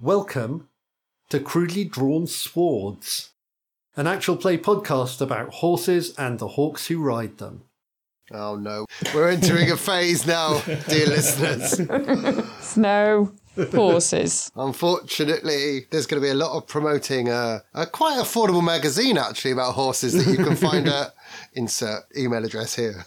Welcome to Crudely Drawn Swords, an actual play podcast about horses and the hawks who ride them. Oh no, we're entering a phase now, dear listeners. Snow, horses. Unfortunately, there's going to be a lot of promoting a, a quite affordable magazine actually about horses that you can find at insert email address here.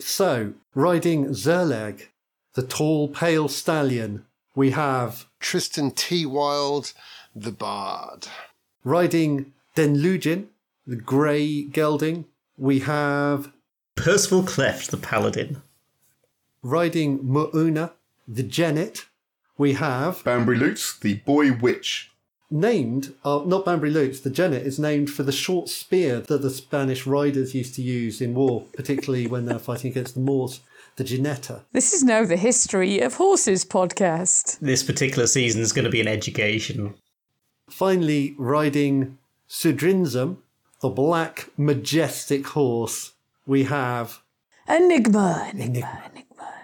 So, riding Zerleg, the tall, pale stallion, we have Tristan T. Wild, the Bard. riding Denlugin, the grey gelding, we have Percival Cleft, the paladin. riding Mu'una, the jennet, we have Banbury Lutz, the boy witch. named, uh, not Banbury Lutz, the jennet is named for the short spear that the Spanish riders used to use in war, particularly when they're fighting against the Moors, the Ginetta. This is now the History of Horses podcast. This particular season is going to be an education. Finally, riding Sudrinzum, the black, majestic horse, we have Enigma, Enigma, Enigma, Enigma.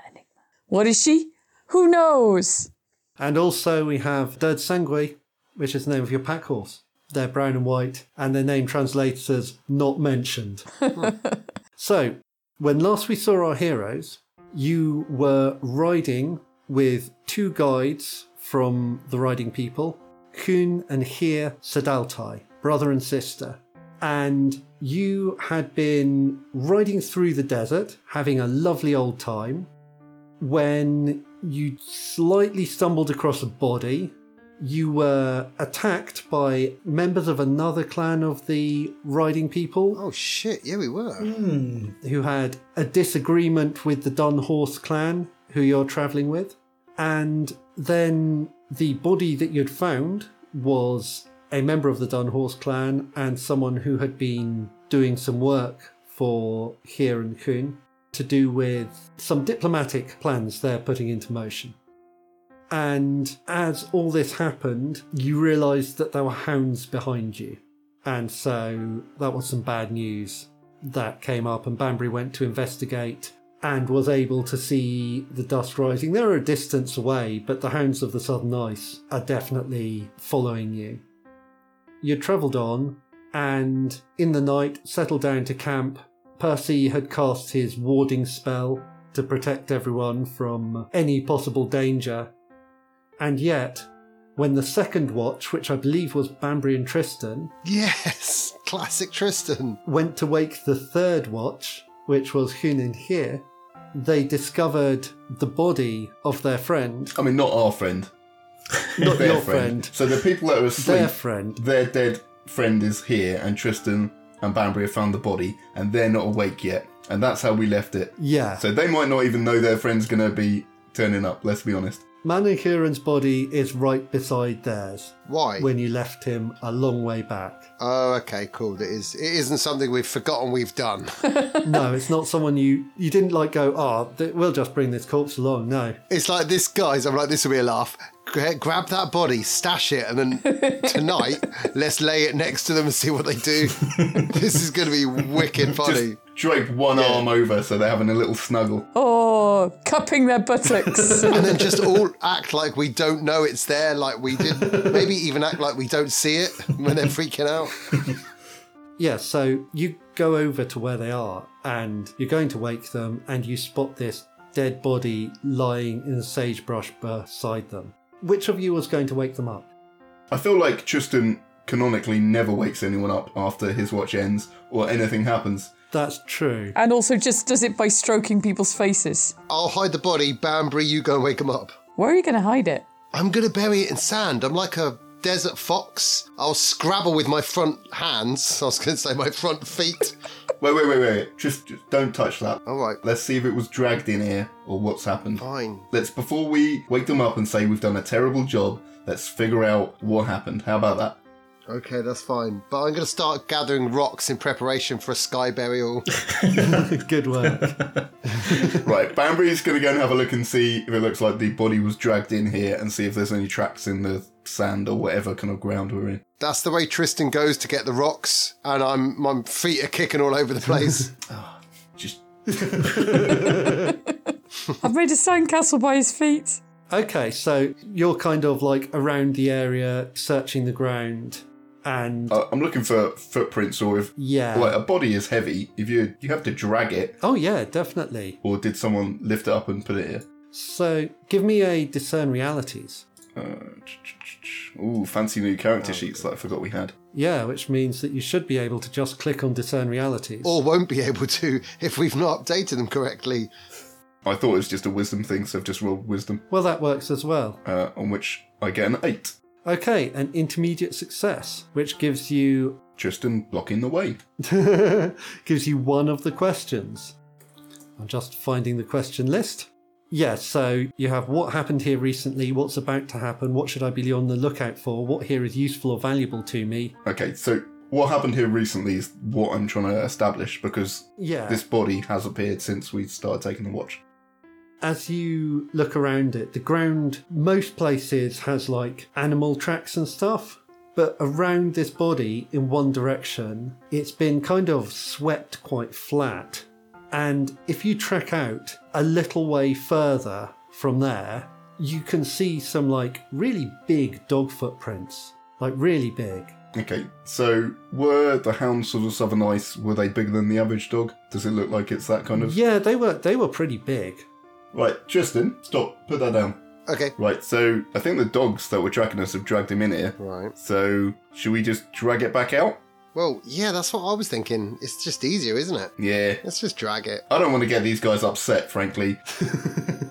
What is she? Who knows? And also we have Derd Sangui, which is the name of your pack horse. They're brown and white, and their name translates as not mentioned. so, when last we saw our heroes, you were riding with two guides from the riding people, Kun and Hir Sadaltai, brother and sister. And you had been riding through the desert, having a lovely old time, when you slightly stumbled across a body. You were attacked by members of another clan of the riding people Oh shit, yeah, we were. who had a disagreement with the Dun Horse clan, who you're traveling with. And then the body that you'd found was a member of the Dun Horse clan and someone who had been doing some work for Here and Kun to do with some diplomatic plans they're putting into motion. And as all this happened, you realised that there were hounds behind you. And so that was some bad news that came up, and Banbury went to investigate and was able to see the dust rising. They're a distance away, but the hounds of the southern ice are definitely following you. You travelled on, and in the night settled down to camp. Percy had cast his warding spell to protect everyone from any possible danger, and yet, when the second watch, which I believe was Banbury and Tristan, Yes, classic Tristan. went to wake the third watch, which was Hunin here, they discovered the body of their friend, I mean, not our friend. not Their your friend, So the people that were their asleep, friend. their dead friend is here, and Tristan and Banbury have found the body, and they're not awake yet. And that's how we left it. Yeah. So they might not even know their friend's going to be turning up, let's be honest. Manihuran's body is right beside theirs Why? when you left him a long way back. Oh, okay, cool. It is. It isn't something we've forgotten we've done. No, it's not someone you you didn't like go, ah, th- we'll just bring this corpse along. No. It's like this, guys. I'm like, this will be a laugh. Gra- Grab that body, stash it, and then tonight, let's lay it next to them and see what they do. this is going to be wicked funny. Just drape one arm over so they're having a little snuggle. Oh, cupping their buttocks. and then just all act like we don't know it's there, like we did. Maybe even act like we don't see it when they're freaking out. Yeah, so you go over to where they are and you're going to wake them and you spot this dead body lying in the sagebrush beside them. Which of you was going to wake them up? I feel like Tristan canonically never wakes anyone up after his watch ends or anything happens. That's true. and also just does it by stroking people's faces. I'll hide the body, Banbury, you go and wake him up. Where are you going to hide it? I'm going to bury it in sand. I'm like a desert fox. I'll scrabble with my front hands. I was going to say my front feet. Wait, wait, wait, wait. Just, just don't touch that. All right, Let's see if it was dragged in here or what's happened. fine. Let's, before we wake them up and say we've done a terrible job, let's figure out what happened. How about that? Okay, that's fine. But I'm going to start gathering rocks in preparation for a sky burial. Good work. right, Banbury's gonna go and have a look and see if it looks like the body was dragged in here and see if there's any tracks in the sand or whatever kind of ground we're in. That's the way Tristan goes to get the rocks, and I'm my feet are kicking all over the place. Just I've made a sandcastle by his feet. Okay, so you're kind of like around the area, searching the ground, and Uh, I'm looking for footprints, or if yeah. like a body is heavy, if you you have to drag it, Oh, yeah, definitely. or did someone lift it up and put it here? So give me a discern realities. Uh, ch- ch- ch- ch- Ooh, fancy new character sheets that I forgot we had. Yeah, which means that you should be able to just click on discern realities. Or won't be able to if we've not updated them correctly. I thought it was just a wisdom thing, so I've just rolled wisdom, Well, that works as well. uh, on which I get an eight. Okay, an intermediate success, which gives you Tristan blocking the way. gives you one of the questions. I'm just finding the question list. Yes, so you have what happened here recently, what's about to happen, what should I be on the lookout for, what here is useful or valuable to me. Okay, so what happened here recently is what I'm trying to establish because Yeah. this body has appeared since we started taking the watch. As you look around it, the ground most places has like animal tracks and stuff, but around this body in one direction, it's been kind of swept quite flat. And if you track out a little way further from there, you can see some like really big dog footprints, like really big. Okay, so were the hounds of the southern ice were they bigger than the average dog? Does it look like it's that kind of Yeah, they were they were pretty big. right? Tristan, stop, put that down. Okay. Right, so I think the dogs that were dragging us have dragged him in here. Right. So should we just drag it back out? Well, yeah, that's what I was thinking. It's just easier, isn't it? Yeah. Let's just drag it. I don't want to get these guys upset, frankly.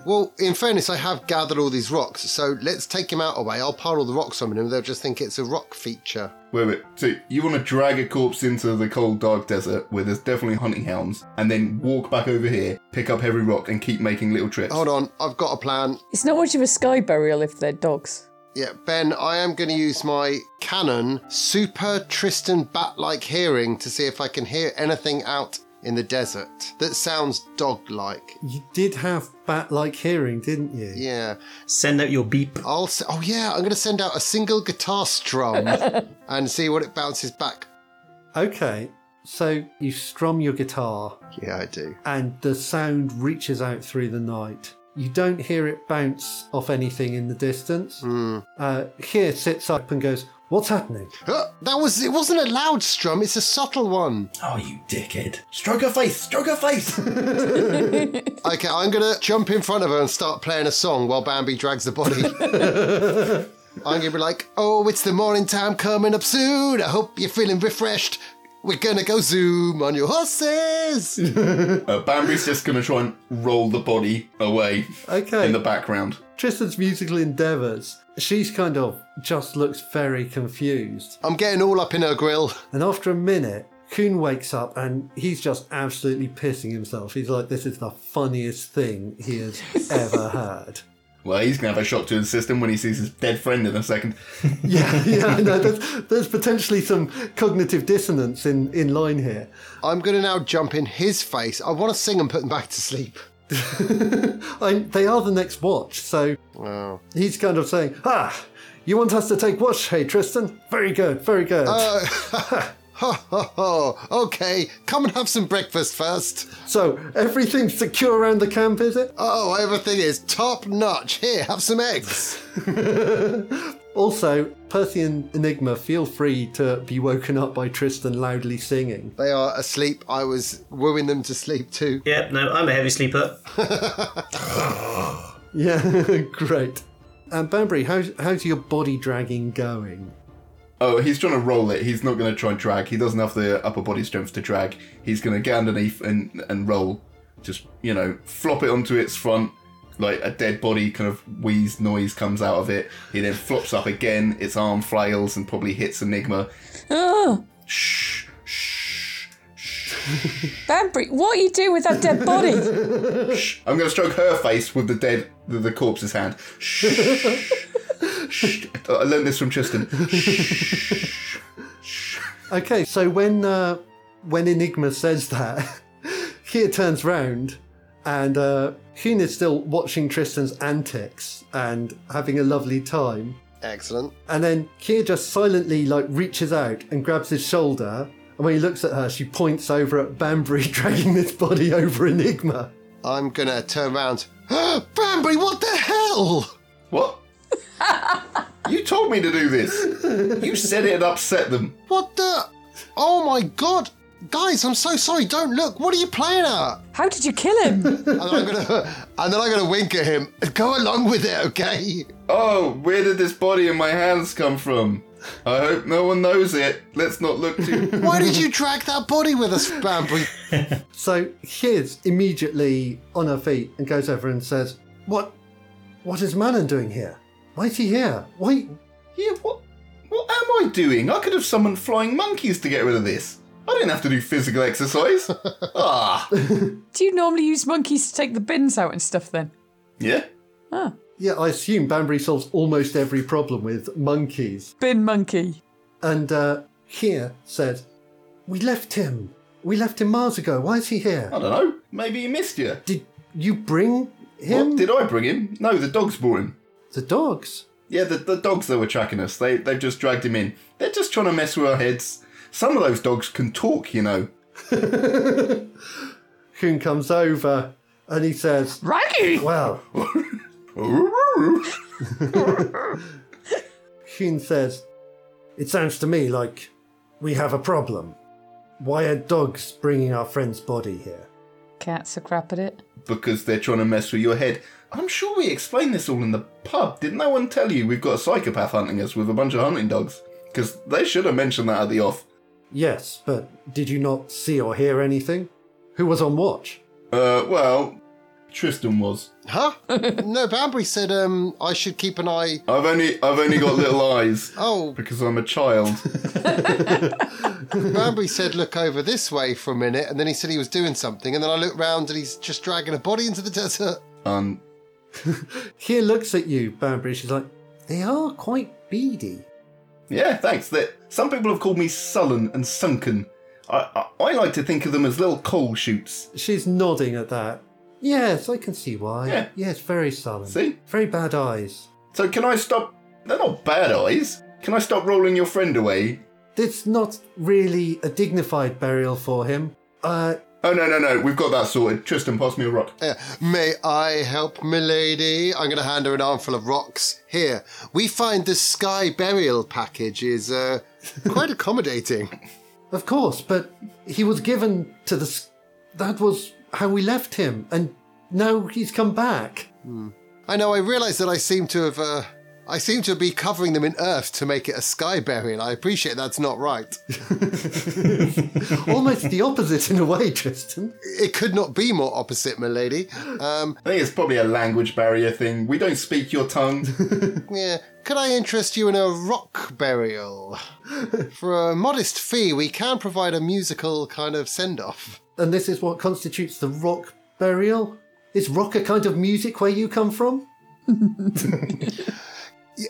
Well, in fairness, I have gathered all these rocks, so let's take him out away. I'll pile all the rocks on him, and they'll just think it's a rock feature. Wait, wait. So you want to drag a corpse into the cold, dark desert where there's definitely hunting hounds, and then walk back over here, pick up every rock, and keep making little trips. Hold on, I've got a plan. It's not much of a sky burial if they're dogs. Yeah, Ben, I am going to use my Canon Super Tristan Bat like hearing to see if I can hear anything out in the desert that sounds dog like. You did have bat like hearing, didn't you? Yeah. Send out your beep. I'll s oh yeah, I'm going to send out a single guitar strum and see what it bounces back. Okay. So you strum your guitar Yeah, I do. and the sound reaches out through the night. You don't hear it bounce off anything in the distance. Uh, here sits up and goes, What's happening? Huh, Uh, that was it wasn't a loud strum, it's a subtle one. Oh, you dickhead. Stroke her face, stroke her face. Okay, I'm going to jump in front of her and start playing a song while Bambi drags the body. I'm going to be like, oh, it's the morning time coming up soon. I hope you're feeling refreshed. We're going to go zoom on your horses. Uh, Bambi's just going to try and roll the body away Okay. in the background. Tristan's musical endeavours. She's kind of just looks very confused. I'm getting all up in her grill. And after a minute, Kuhn wakes up and he's just absolutely pissing himself. He's like, This is the funniest thing he has ever heard. Well, he's going to have a shock to his system when he sees his dead friend in a second. Yeah, yeah, no, there's, there's potentially some cognitive dissonance in, in line here. I'm going to now jump in his face. I want to sing and put him back to sleep. I, they are the next watch, so he's kind of saying, "Ah, you want us to take watch, hey Tristan? Very good, very good." Uh, Ho, ho, ho. Okay, come and have some breakfast first. so everything's secure around the camp, is it? Uh, Oh, everything is top notch. Here, have some eggs. Also, Percy and Enigma feel free to be woken up by Tristan loudly singing. They are asleep. I was wooing them to sleep too. Yep, no, I'm a heavy sleeper. Yeah, great. And Banbury, how's how's your body dragging going? Oh, he's trying to roll it. He's not going to try and drag. He doesn't have the upper body strength to drag. He's going to get underneath and, and roll. Just, you know, flop it onto its front. Like a dead body kind of wheeze noise comes out of it. He then flops up again. Its arm flails and probably hits Enigma. Oh, Shh, shh, Banbury, what are you doing with that dead body? shh. I'm going to stroke her face with the dead, the, the corpse's hand. Shh, shh. I learned this from Tristan. Okay, so when uh, when Enigma says that, Kia turns round and uh, Kuhn is still watching Tristan's antics and having a lovely time. Excellent. And then Kia just silently like reaches out and grabs his shoulder. And when he looks at her, she points over at Banbury dragging this body over Enigma. I'm gonna turn around. Banbury, what the hell? What? you told me to do this. You said it upset them. What the? Oh my god! Guys, I'm so sorry. Don't look. What are you playing at? How did you kill him? And then I'm gonna, and then I'm gonna wink at him. Go along with it, okay? Oh, where did this body in my hands come from? I hope no one knows it. Let's not look too. Why did you drag that body with us, Bambi? So Hiz immediately on her feet and goes over and says, "What? What is Manon doing here? Why is he here? Why? yeah, what? What am I doing? I could have summoned flying monkeys to get rid of this. I didn't have to do physical exercise. ah, Do you normally use monkeys to take the bins out and stuff then? yeah. Ah, Yeah, I assume Banbury solves almost every problem with monkeys." bin monkey. And uh, here said, "We left him. We left him miles ago. Why is he here? I don't know. Maybe he missed you. Did you bring him? What did I bring him? No, the dogs brought him. the dogs? Yeah, the, the dogs that were tracking us. They they've just dragged him in. They're just trying to mess with our heads. Some of those dogs can talk, you know. Kuhn comes over and he says, Raggy! Well, Kuhn says, It sounds to me like we have a problem. Why are dogs bringing our friend's body here? Cats are crap at it. because they're trying to mess with your head. I'm sure we explained this all in the pub. Did no one tell you we've got a psychopath hunting us with a bunch of hunting dogs? Because they should have mentioned that at the off. Yes, but did you not see or hear anything? Who was on watch? Uh, well, Tristan was. Huh? No, Bambury said um I should keep an eye. I've only I've only got little eyes Oh, because I'm a child. Bambury said look over this way for a minute, and then he said he was doing something, and then I looked round and he's just dragging a body into the desert. Um, Here looks at you, Banbury. She's like, They are quite beady. yeah, thanks. That some people have called me sullen and sunken. I, I I like to think of them as little coal shoots. She's nodding at that. Yes, I can see why. Yeah. Yes, very sullen. See? Very bad eyes. So can I stop? They're not bad eyes. Can I stop rolling your friend away? It's not really a dignified burial for him. Uh, Oh no no no, we've got that sorted. Tristan, pass me a rock. Uh, may I help, milady? I'm going to hand her an armful of rocks. Here, we find the sky burial package is uh, quite accommodating. of course, but he was given to the. s- That was how we left him, and now he's come back. I know. I realise that I seem to have. Uh, I seem to be covering them in earth to make it a sky burial. I appreciate that's not right. Almost the opposite in a way, Tristan. It could not be more opposite, milady. Um, I think it's probably a language barrier thing. We don't speak your tongue. yeah. Could I interest you in a rock burial? For a modest fee, we can provide a musical kind of send off. And this is what constitutes the rock burial? Is rock a kind of music where you come from?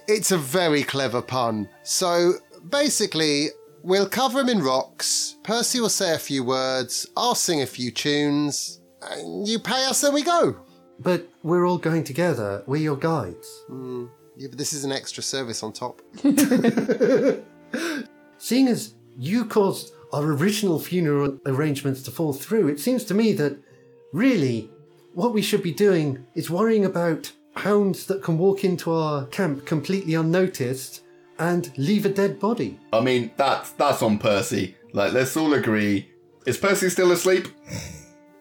It's a very clever pun. So basically, we'll cover him in rocks. Percy will say a few words. I'll sing a few tunes. And you pay us, then we go. But we're all going together. We're your guides. Yeah, but this is an extra service on top. Seeing as you caused our original funeral arrangements to fall through, it seems to me that really what we should be doing is worrying about hounds that can walk into our camp completely unnoticed and leave a dead body. I mean, that's that's on Percy. Like, let's all agree. Is Percy still asleep?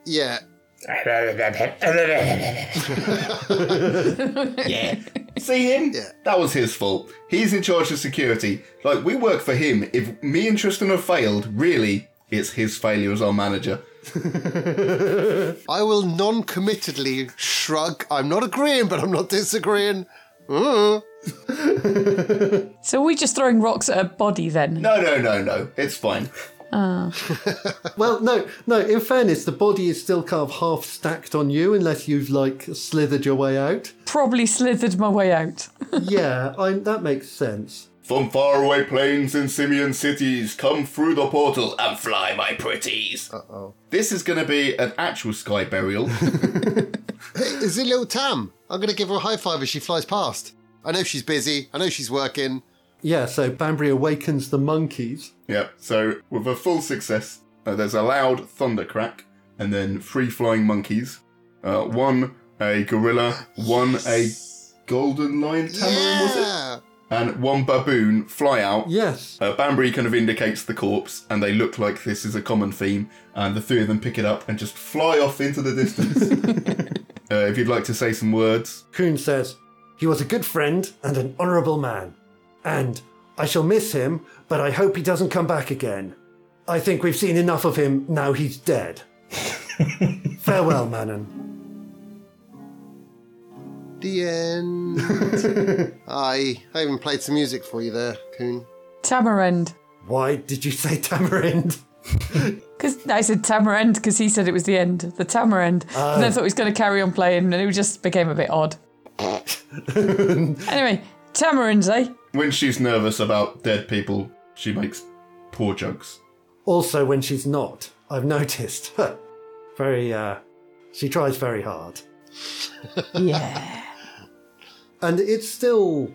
Yeah. Yeah. See him? Yeah. That was his fault. He's in charge of security. Like, we work for him. If me and Tristan have failed, really, it's his failure as our manager. I will non committedly shrug. I'm not agreeing, but I'm not disagreeing. Mm. So are we just throwing rocks at a body then? No, no, no, no. It's fine. Well, no, no, in fairness, the body is still kind of half stacked on you unless you've like slithered your way out. Probably slithered my way out. yeah, I, that makes sense. From faraway plains and simian cities, come through the portal and fly, my pretties. Uh oh. This is going to be an actual sky burial. Is it little Tam? I'm going to give her a high five as she flies past. I know she's busy. I know she's working. Yeah, so Banbury awakens the monkeys. Yep. So with a full success, uh, there's a loud thunder crack, and then three flying monkeys, uh, one a gorilla, one a golden lion tamarin, was it? Yeah. And one baboon fly out. Yes. Uh, Banbury kind of indicates the corpse, and they look like this is a common theme, and the three of them pick it up and just fly off into the distance. uh, if you'd like to say some words, Kuhn says, He was a good friend and an honourable man. And I shall miss him, but I hope he doesn't come back again. I think we've seen enough of him now he's dead. Farewell, Manon. The end. I, I even played some music for you there, Coon. Tamarind. Why did you say tamarind? Because I said tamarind because he said it was the end, the tamarind. And I thought he was going to carry on playing, and it just became a bit odd. anyway, tamarinds, eh? when she's nervous about dead people, she makes poor jokes. Also, when she's not, I've noticed. very, uh, she tries very hard. Yeah. and it's still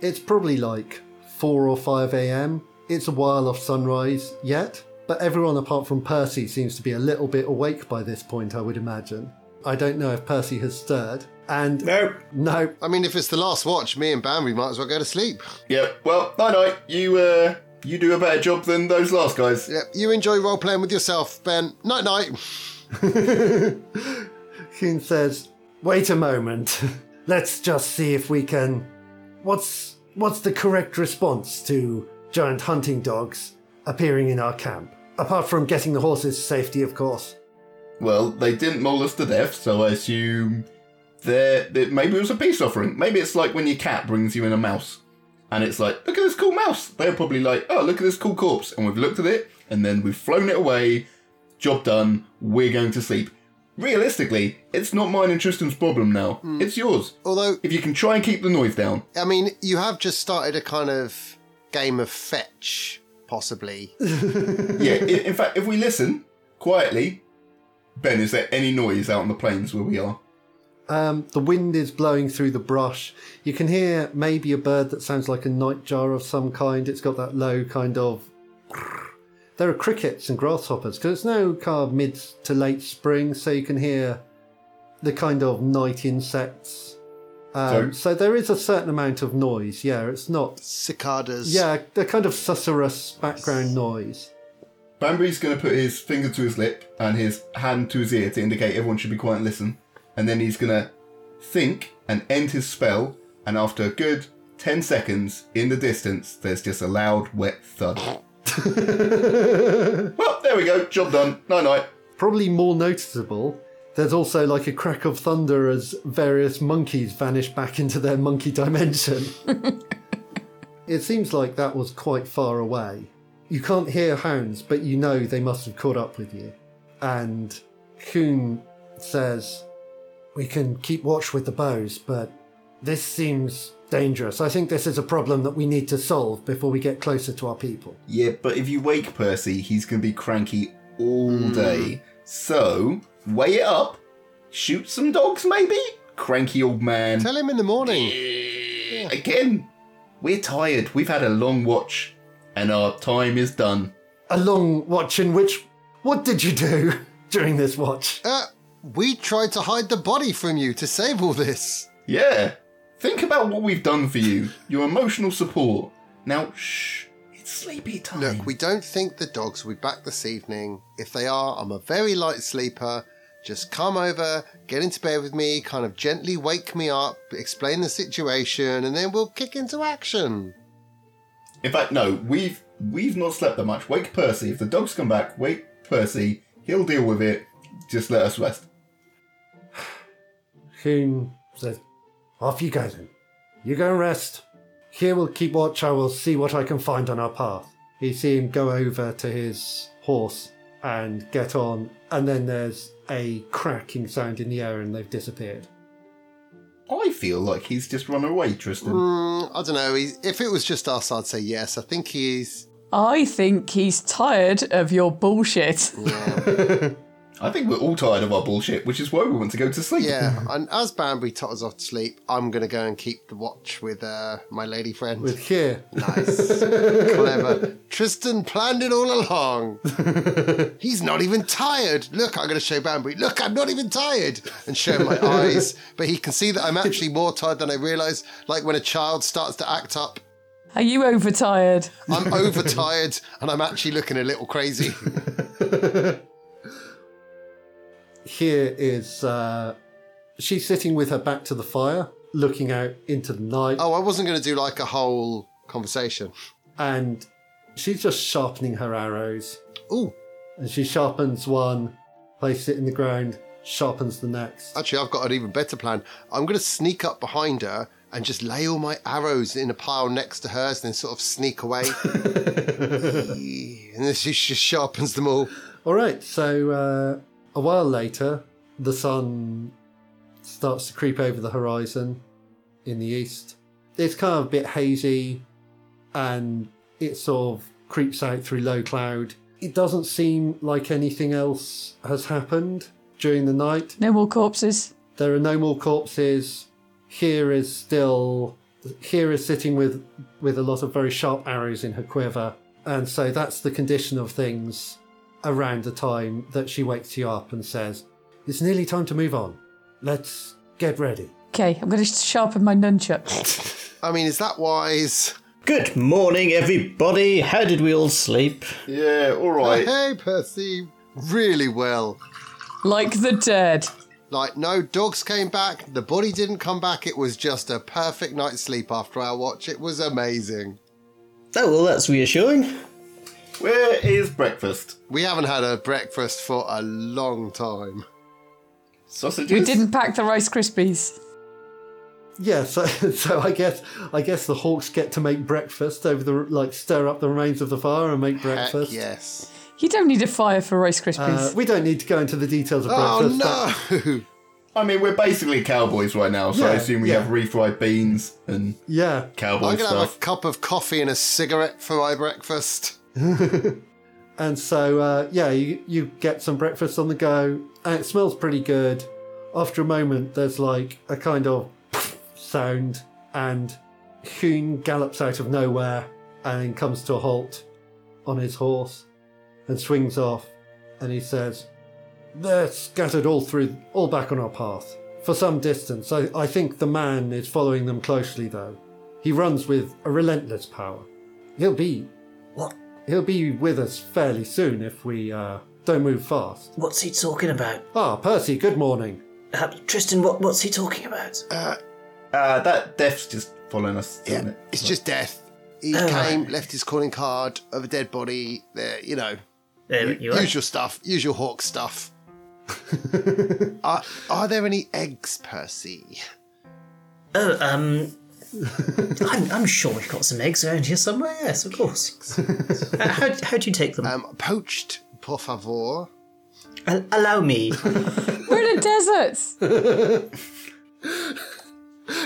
it's probably like 4 or 5 a.m it's a while off sunrise yet but everyone apart from percy seems to be a little bit awake by this point i would imagine i don't know if percy has stirred and No. no I mean, if it's the last watch, me and Bambi might as well go to sleep. Yep. Well, night night. You uh, you do a better job than those last guys. Yep, you enjoy role playing with yourself, Ben. Night night. Kuhn says wait a moment let's just see if we can what's what's the correct response to giant hunting dogs appearing in our camp apart from getting the horses to safety of course Well, they didn't maul us to death, so I assume there that maybe it was a peace offering. Maybe it's like when your cat brings you in a mouse, and it's like, look at this cool mouse. They're probably like, oh, look at this cool corpse, and we've looked at it, and then we've flown it away. Job done. We're going to sleep. Realistically, it's not mine and Tristan's problem now. It's yours. Although, If you can try and keep the noise down, I mean, you have just started a kind of game of fetch, possibly. yeah. i- In fact, if we listen quietly, Ben, is there any noise out on the plains where we are? Um, the wind is blowing through the brush. You can hear maybe a bird that sounds like a nightjar of some kind. It's got that low kind of. There are crickets and grasshoppers because it's now kind of mid to late spring, so you can hear the kind of night insects. Um, So- so there is a certain amount of noise. Yeah, it's not. Cicadas. Yeah, the kind of susurrous background noise. Banbury's going to put his finger to his lip and his hand to his ear to indicate everyone should be quiet and listen. And then he's going to think and end his spell. And after a good 10 seconds in the distance, there's just a loud, wet thud. well, there we go. Job done. Night night. Probably more noticeable. There's also like a crack of thunder as various monkeys vanish back into their monkey dimension. It seems like that was quite far away. You can't hear hounds, but you know they must have caught up with you. And Kuhn says, We can keep watch with the bows, but this seems dangerous. I think this is a problem that we need to solve before we get closer to our people. Yeah, but if you wake Percy, he's going to be cranky all Hmm. day. So, weigh it up. Shoot some dogs, maybe? Cranky old man. Tell him in the morning. Again, we're tired. We've had a long watch, and our time is done. A long watch in which. What did you do during this watch? Uh, we tried to hide the body from you to save all this. Yeah. Think about what we've done for you. Your emotional support. Now, shh. It's sleepy time. Look, we don't think the dogs will be back this evening. If they are, I'm a very light sleeper. Just come over, get into bed with me, kind of gently wake me up, explain the situation, and then we'll kick into action. In fact, no. We've we've not slept that much. Wake Percy. If the dogs come back, wake Percy. He'll deal with it. Just let us rest. Coon says, Off you go then. You go and rest. Here we'll keep watch. I will see what I can find on our path. You see him go over to his horse and get on, and then there's a cracking sound in the air and they've disappeared. I feel like he's just run away, Tristan. Mm, I don't know. If it was just us, I'd say yes. I think he's. I think he's tired of your bullshit. I think we're all tired of our bullshit, which is why we want to go to sleep. Yeah, and as Bambi totters off to sleep, I'm going to go and keep the watch with uh, my lady friend. With here, Nice. Clever. Tristan planned it all along. He's not even tired. Look, I'm going to show Bambi. Look, I'm not even tired. And show my eyes. But he can see that I'm actually more tired than I realise. Like when a child starts to act up, Are you overtired? I'm overtired and I'm actually looking a little crazy. here is uh, she's sitting with her back to the fire, looking out into the night, Oh, I wasn't going to do like a whole conversation. and she's just sharpening her arrows. Ooh, And she sharpens one, places it in the ground, sharpens the next. actually, I've got an even better plan. I'm going to sneak up behind her and just lay all my arrows in a pile next to hers, and then sort of sneak away. and then she just sharpens them all. All right, so uh, a while later, the sun starts to creep over the horizon in the east. It's kind of a bit hazy and it sort of creeps out through low cloud. It doesn't seem like anything else has happened during the night. No more corpses. There are no more corpses. Here is still here is sitting with with a lot of very sharp arrows in her quiver. And so that's the condition of things around the time that she wakes you up and says, It's nearly time to move on. Let's get ready. Okay, I'm going to sharpen my nunchuck. I mean, is that wise? Good morning, everybody. How did we all sleep? Yeah, all right. Hey, Percy, really well. like the dead. Like, no dogs came back, the body didn't come back. It was just a perfect night's sleep after our watch. It was amazing. Oh, well, that's reassuring. Where is breakfast? We haven't had a breakfast for a long time. Sausages. We didn't pack the Rice Krispies. Yeah, so, so I guess I guess the hawks get to make breakfast over the like stir up the remains of the fire and make Heck breakfast. yes. You don't need a fire for Rice Uh, Krispies. we don't need to go into the details of Oh breakfast. That- no! I mean, we're basically cowboys right now, so I Yeah, assume we yeah. have refried beans and yeah. cowboy I'm gonna have stuff. a cup of coffee and a cigarette for my breakfast. And so, uh, yeah, you, you get some breakfast on the go, and it smells pretty good. After a moment, there's like a kind of sound, and Hoon gallops out of nowhere and comes to a halt on his horse and swings off. And he says, They're scattered all through, all back on our path for some distance. I, I think the man is following them closely, though. He runs with a relentless power. He'll be He'll be with us fairly soon if we uh, don't move fast. What's he talking about? Ah, Percy, good morning. Uh, Tristan, what, what's he talking about? Uh, that death's just following us, isn't it? It's just death. He Oh, came, left his calling card of a dead body. There, you know, There you are. use your stuff. Use your hawk stuff. are, are there any eggs, Percy? Oh, um. I'm, I'm sure we've got some eggs around here somewhere. Yes, of course. Uh, how, how do you take them? Um, poached, por favor. Al- allow me. We're in a desert.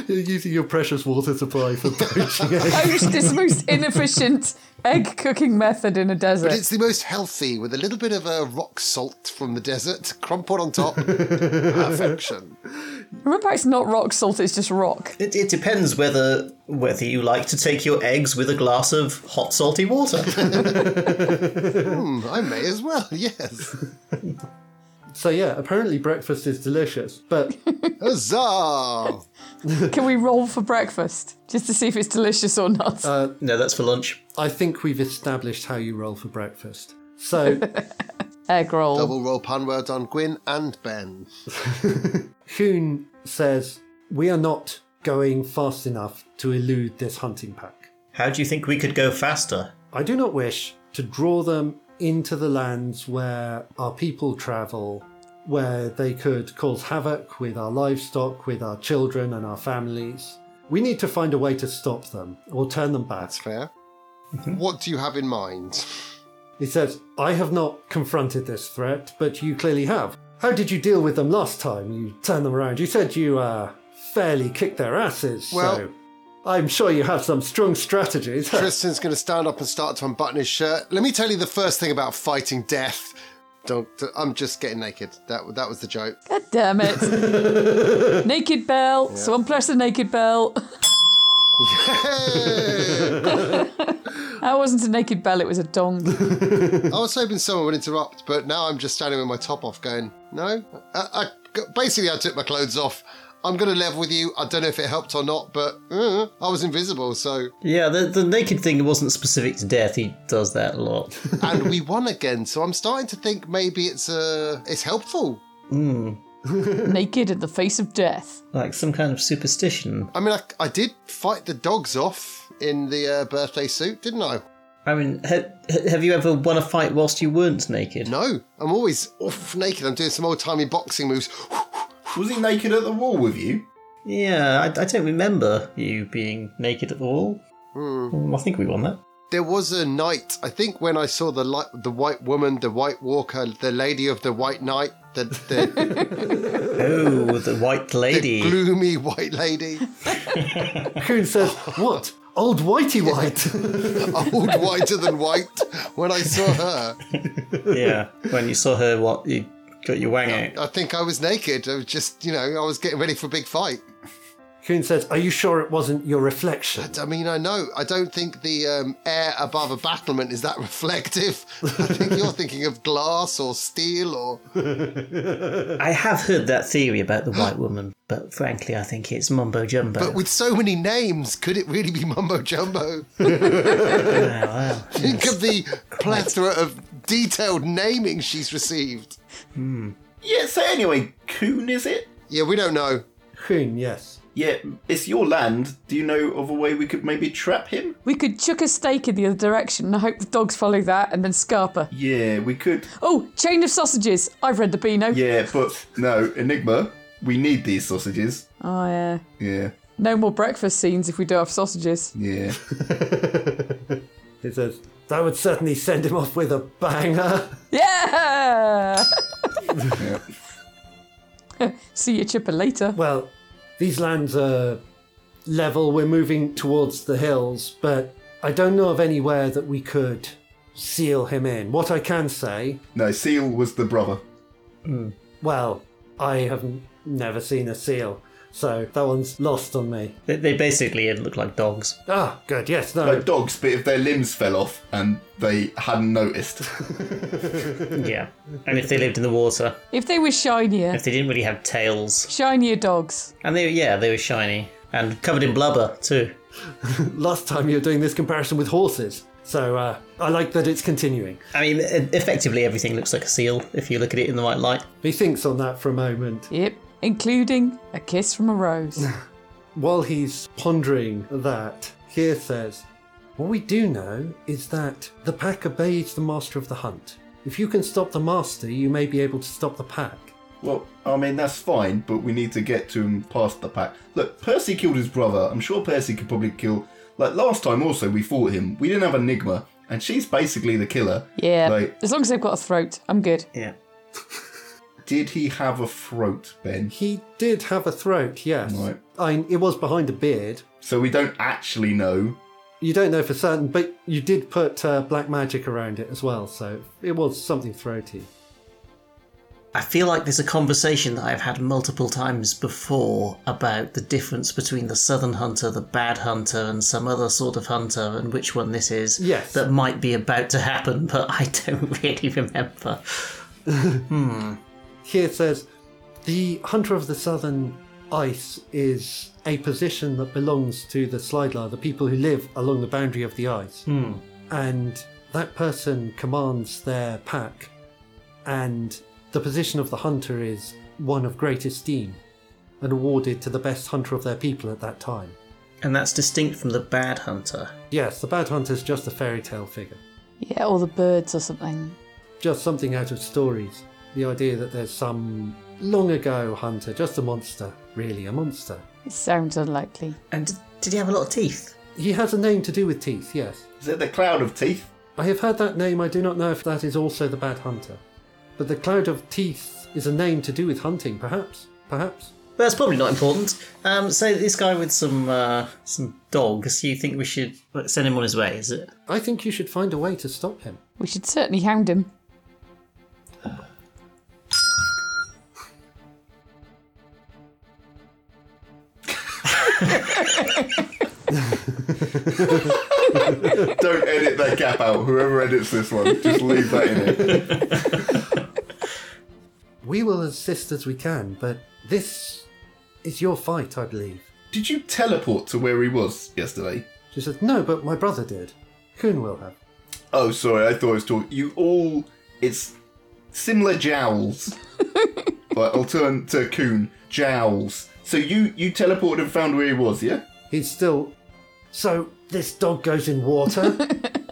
You're using your precious water supply for poaching Oh, eggs. it's the most inefficient egg cooking method in a desert. It's the most healthy, with a little bit of a rock salt from the desert, crumpled on top. Perfection. Remember, it's not rock salt; it's just rock. It, it depends whether whether you like to take your eggs with a glass of hot salty water. I may as well. Yes. So yeah, apparently breakfast is delicious, but Huzzah! Can we roll for breakfast just to see if it's delicious or not? Uh, no, that's for lunch. I think we've established how you roll for breakfast. So egg roll. Double roll pun words on Gwyn and Ben. Hoon says we are not going fast enough to elude this hunting pack. How do you think we could go faster? I do not wish to draw them into the lands where our people travel, where they could cause havoc with our livestock, with our children and our families. We need to find a way to stop them or turn them back. That's fair. What do you have in mind? He says, I have not confronted this threat, but you clearly have. How did you deal with them last time? You turned them around. You said you uh, fairly kicked their asses, Well- so I'm sure you have some strong strategies. Tristan's going to stand up and start to unbutton his shirt. Let me tell you the first thing about fighting death. Don't. I'm just getting naked. That that was the joke. God damn it. naked belt. Someone press the naked belt. that wasn't a naked bell, it was a dong. I was hoping someone would interrupt, but now I'm just standing with my top off, going, "No." I, I, basically, I took my clothes off. I'm gonna level with you. I don't know if it helped or not, but uh, I was invisible, so Yeah, the, the naked thing wasn't specific to death. He does that a lot. and we won again. So I'm starting to think maybe it's uh, it's helpful. naked in the face of death. like some kind of superstition. I mean, I, I did fight the dogs off in the uh, birthday suit, didn't I? I mean, ha- ha- have you ever won a fight whilst you weren't naked? No, I'm always off naked. I'm doing some old timey boxing moves. Was he naked at the wall with you? Yeah, I, I don't remember you being naked at the wall. Mm, I think we won that. There was a night, I think, when I saw the light, the white woman, the white walker, the lady of the white knight, the the, Oh, the white the lady. gloomy white lady, Coon says, What? Old Whitey White? old whiter than white. When I saw her, yeah, when you saw her, what you got your wang out. I think I was naked. I was just, you know, I was getting ready for a big fight. Coon says, Are you sure it wasn't your reflection? I mean, I know. I don't think the um, air above a battlement is that reflective. I think you're thinking of glass or steel or. I have heard that theory about the white woman, but frankly, I think it's mumbo jumbo. But with so many names, could it really be mumbo jumbo? Wow. Think of the plethora of detailed naming she's received. Yeah, so anyway, Coon, is it? Yeah, we don't know. Coon, yes. Yeah, it's your land. Do you know of a way we could maybe trap him? We could chuck a stake in the other direction and hope the dogs follow that and then scarper. Yeah, we could. Oh, chain of sausages. I've read the Beano. Yeah, but no, Enigma, we need these sausages. Oh, yeah. Yeah, No more breakfast scenes if we don't have sausages. yeah. He says, That would certainly send him off with a banger. Yeah! See you chipper later. Well, these lands are level. We're moving towards the hills, but I don't know of anywhere that we could seal him in. What I can say, No, Seal was the brother. well, I have n- never seen a seal, so that one's lost on me. They, they basically look like dogs. Ah, good. Yes, no. Like dogs, but if their limbs fell off and they hadn't noticed. Yeah. And if they lived in the water, If they were shinier, if they didn't really have tails, shinier dogs. and they yeah, they were shiny and covered in blubber too. Last time you were doing this comparison with horses, so uh, I like that it's continuing. I mean, e- effectively everything looks like a seal if you look at it in the right light. He thinks on that for a moment. Yep. Including a kiss from a rose. While he's pondering that, Kier says, What we do know is that the pack obeys the master of the hunt. If you can stop the master, you may be able to stop the pack. well, I mean, that's fine, but we need to get to him past the pack. Look, Percy killed his brother. I'm sure Percy could probably kill. Like last time, also, we fought him. We didn't have Enigma, and she's basically the killer. Yeah. Like, As long as they've got a throat, I'm good. Yeah. did he have a throat, Ben? He did have a throat, yes. Right. I, it was behind a beard. So we don't actually know. You don't know for certain, but you did put uh, black magic around it as well, so it was something throaty. I feel like there's a conversation that I've had multiple times before about the difference between the southern hunter, the bad hunter, and some other sort of hunter, and which one this is. Yes. That might be about to happen, but I don't really remember. Here it says the Hunter of the Southern Ice is a position that belongs to the Slidlar, the people who live along the boundary of the ice. And that person commands their pack, and the position of the hunter is one of great esteem and awarded to the best hunter of their people at that time. And that's distinct from the bad hunter. Yes, the Bad Hunter is just a fairy tale figure, Yeah, or the birds or something. just something out of stories. The idea that there's some long ago hunter, just a monster, really, a monster. It sounds unlikely. And did, did he have a lot of teeth? He has a name to do with teeth, yes. Is it the cloud of teeth? I have heard that name, I do not know if that is also the Bad Hunter. But the Cloud of Teeth is a name to do with hunting, perhaps. Perhaps. But that's probably not important. Um, so this guy with some uh, some dogs, you think we should like, send him on his way? Is it? I think you should find a way to stop him. We should certainly hound him. Don't edit that gap out. Whoever edits this one, just leave that in it. We will assist as we can, but this is your fight, I believe. Did you teleport to where he was yesterday? She says, No, but my brother did. Kuhn will have. Oh, sorry, I thought I was talking. You all. It's similar jowls. but I'll turn to Coon. Jowls. So you, you teleported and found where he was, yeah? He's still. So this dog goes in water?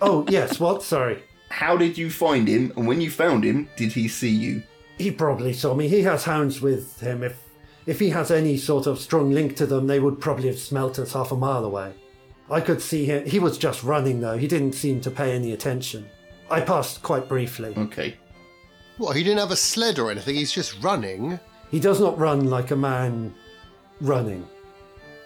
oh, yes, what? Sorry. How did you find him? And when you found him, did he see you? He probably saw me. He has hounds with him. If, if he has any sort of strong link to them, they would probably have smelt us half a mile away. I could see him. He was just running, though. He didn't seem to pay any attention. I passed quite briefly. Okay. What, he didn't have a sled or anything? He's just running? He does not run like a man running.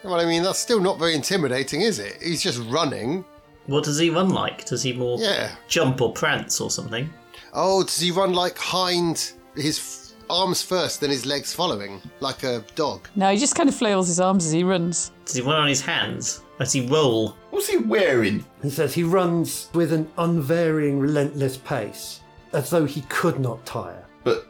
Well, I mean, that's still not very intimidating, is it? He's just running. What does he run like? Does he more Yeah. jump or prance or something? Oh, does he run like hind his f- arms first, then his legs following, like a dog? No, he just kind of flails his arms as he runs. Does he run on his hands? Does he roll? What's he wearing? He says he runs with an unvarying, relentless pace, as though he could not tire. But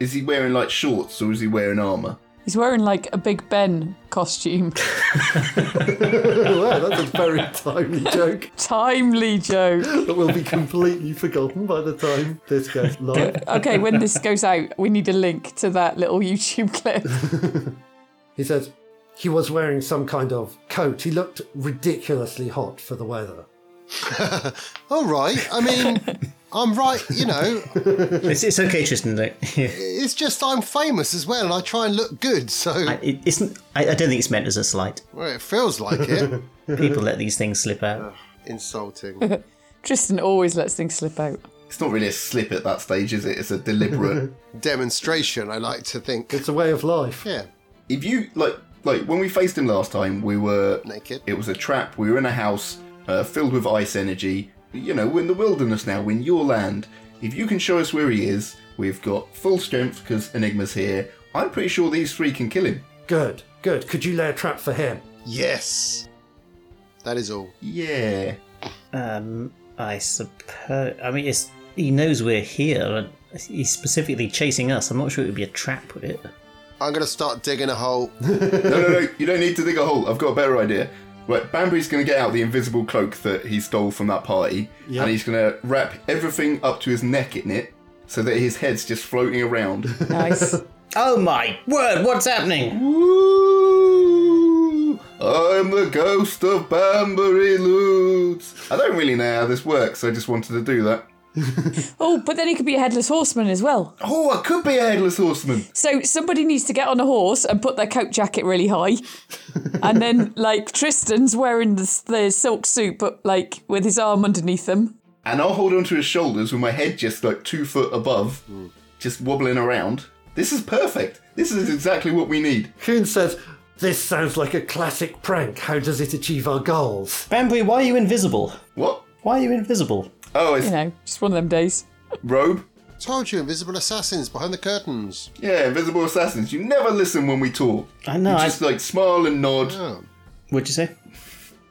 is he wearing like shorts or is he wearing armour? He's wearing like a Big Ben costume. wow, that's a very timely joke Timely joke. that will be completely forgotten by the time this goes live. Okay, when this goes out, we need a link to that little YouTube clip. He says he was wearing some kind of coat. He looked ridiculously hot for the weather. All right. I mean, I'm right, you know. It's, it's okay, Tristan. Don't, It's just I'm famous as well, and I try and look good, so I, it isn't, I, I don't think it's meant as a slight. well, it feels like it. People let these things slip out. Insulting. Tristan always lets things slip out. It's not really a slip at that stage, is it? It's a deliberate. Demonstration, I like to think. It's a way of life. Yeah, if you like, like when we faced him last time, we were naked. It was a trap. We were in a house uh, filled with ice energy. You know, we're in the wilderness now. We're in your land. If you can show us where he is, we've got full strength because Enigma's here. I'm pretty sure these three can kill him. Good, good. Could you lay a trap for him? Yes. That is all. Yeah. Um, I suppose. I mean, it's, he knows we're here, and he's specifically chasing us. I'm not sure it would be a trap, would it? I'm going to start digging a hole. No, no, no. You don't need to dig a hole. I've got a better idea. Right, Banbury's going to get out the invisible cloak that he stole from that party, Yep. and he's going to wrap everything up to his neck in it, so that his head's just floating around. Nice. Oh my word! What's happening? Woo! I'm the ghost of Banbury Loot. I don't really know how this works. I just wanted to do that. Oh, but then he could be a headless horseman as well. Oh, I could be a headless horseman. So somebody needs to get on a horse and put their coat jacket really high. and then, like, Tristan's wearing the, the silk suit, but, like, with his arm underneath him. And I'll hold onto his shoulders with my head just like two foot above, just wobbling around. This is perfect. This is exactly what we need. Kuhn says, This sounds like a classic prank. How does it achieve our goals? Bamboo, why are you invisible? What? Why are you invisible? Oh, it's You know, just one of them days. robe? Told you, invisible assassins behind the curtains. Yeah, invisible assassins. You never listen when we talk. I know. You I, just like smile and nod. what'd you say?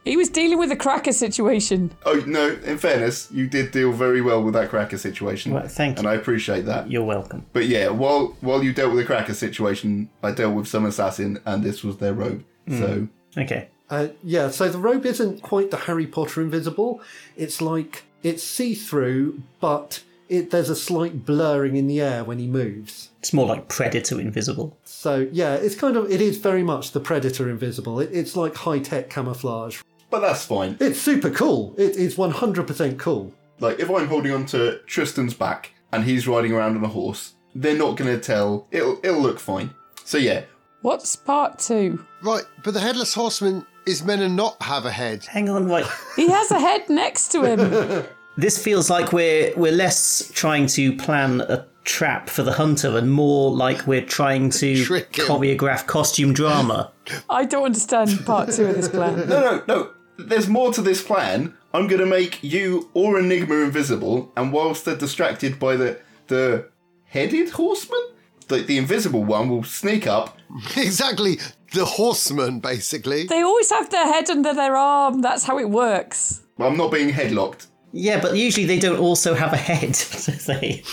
He was dealing with a cracker situation. Oh no! In fairness, you did deal very well with that cracker situation. Well, thank And you. I appreciate that. You're welcome. But yeah, while while you dealt with the cracker situation, I dealt with some assassin, and this was their robe. So Okay. Uh, yeah, so the robe isn't quite the Harry Potter invisible. It's like it's see through, but it, there's a slight blurring in the air when he moves. It's more like predator invisible. So yeah, it's kind of it is very much the Predator invisible. It, it's like high tech camouflage. but that's fine. It's super cool. It is 100% cool. Like if I'm holding on to Tristan's back and he's riding around on a horse, they're not gonna tell. It'll it'll look fine. So yeah, What's part two? Right, but the headless horseman is meant to not have a head. Hang on, right. He has a head next to him. this feels like we're we're less trying to plan a trap for the hunter and more like we're trying to Trick him. choreograph costume drama. I don't understand part two of this plan. no, no, no. There's more to this plan. I'm gonna make you or Enigma invisible, and whilst they're distracted by the the headed horseman? Like the invisible one will sneak up. exactly. The horseman, basically. They always have their head under their arm. That's how it works. Well, I'm not being headlocked. Yeah, but usually they don't also have a head. do they?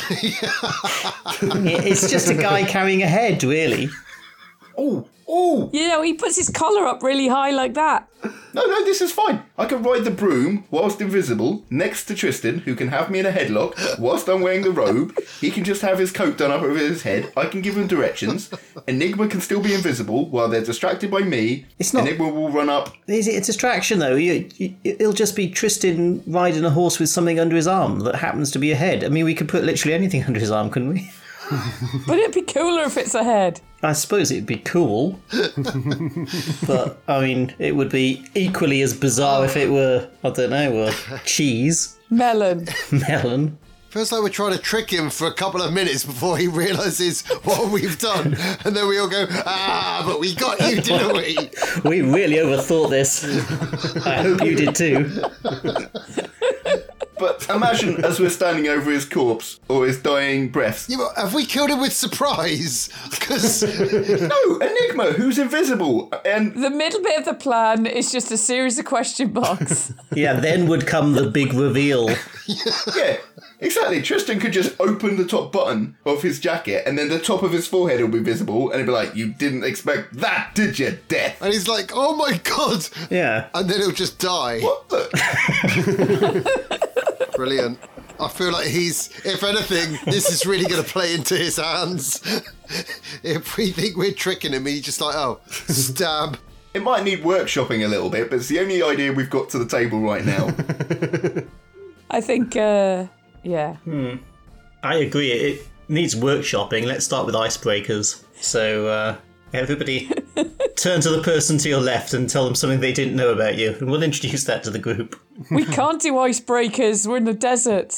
it's just a guy carrying a head, really. Oh, oh! You know, he puts his collar up really high like that. No, no, this is fine. I can ride the broom whilst invisible next to Tristan, who can have me in a headlock whilst I'm wearing the robe. He can just have his coat done up over his head. I can give him directions. Enigma can still be invisible while they're distracted by me. It's not- Enigma will run up. Is it a distraction though? You, you, it'll just be Tristan riding a horse with something under his arm that happens to be a head. I mean, we could put literally anything under his arm, couldn't we? But it'd be cooler if it's a head. I suppose it'd be cool, but I mean, it would be equally as bizarre if it were I don't know, uh, cheese, Melon. melon. Feels like we're trying to trick him for a couple of minutes before he realizes what we've done. And then we all go, ah, but we got you, didn't we? We really overthought this. I hope you did too. But imagine as we're standing over his corpse or his dying breaths. Yeah, but have we killed him with surprise? Because No, Enigma, who's invisible? And The middle bit of the plan is just a series of question marks. Yeah, then would come the big reveal. yeah, exactly. Tristan could just open the top button of his jacket and then the top of his forehead will be visible and he'd be like, You didn't expect that, did you, death? and he's like, oh my god, Yeah. and then he'll just die. What the? Brilliant. I feel like he's, if anything, this is really going to play into his hands. if we think we're tricking him, he's just like, oh, stab. It might need workshopping a little bit, but it's the only idea we've got to the table right now. I think, uh, yeah. I agree. It needs workshopping. Let's start with icebreakers. So, uh, everybody, turn to the person to your left and tell them something they didn't know about you, and we'll introduce that to the group. We can't do icebreakers. We're in the desert.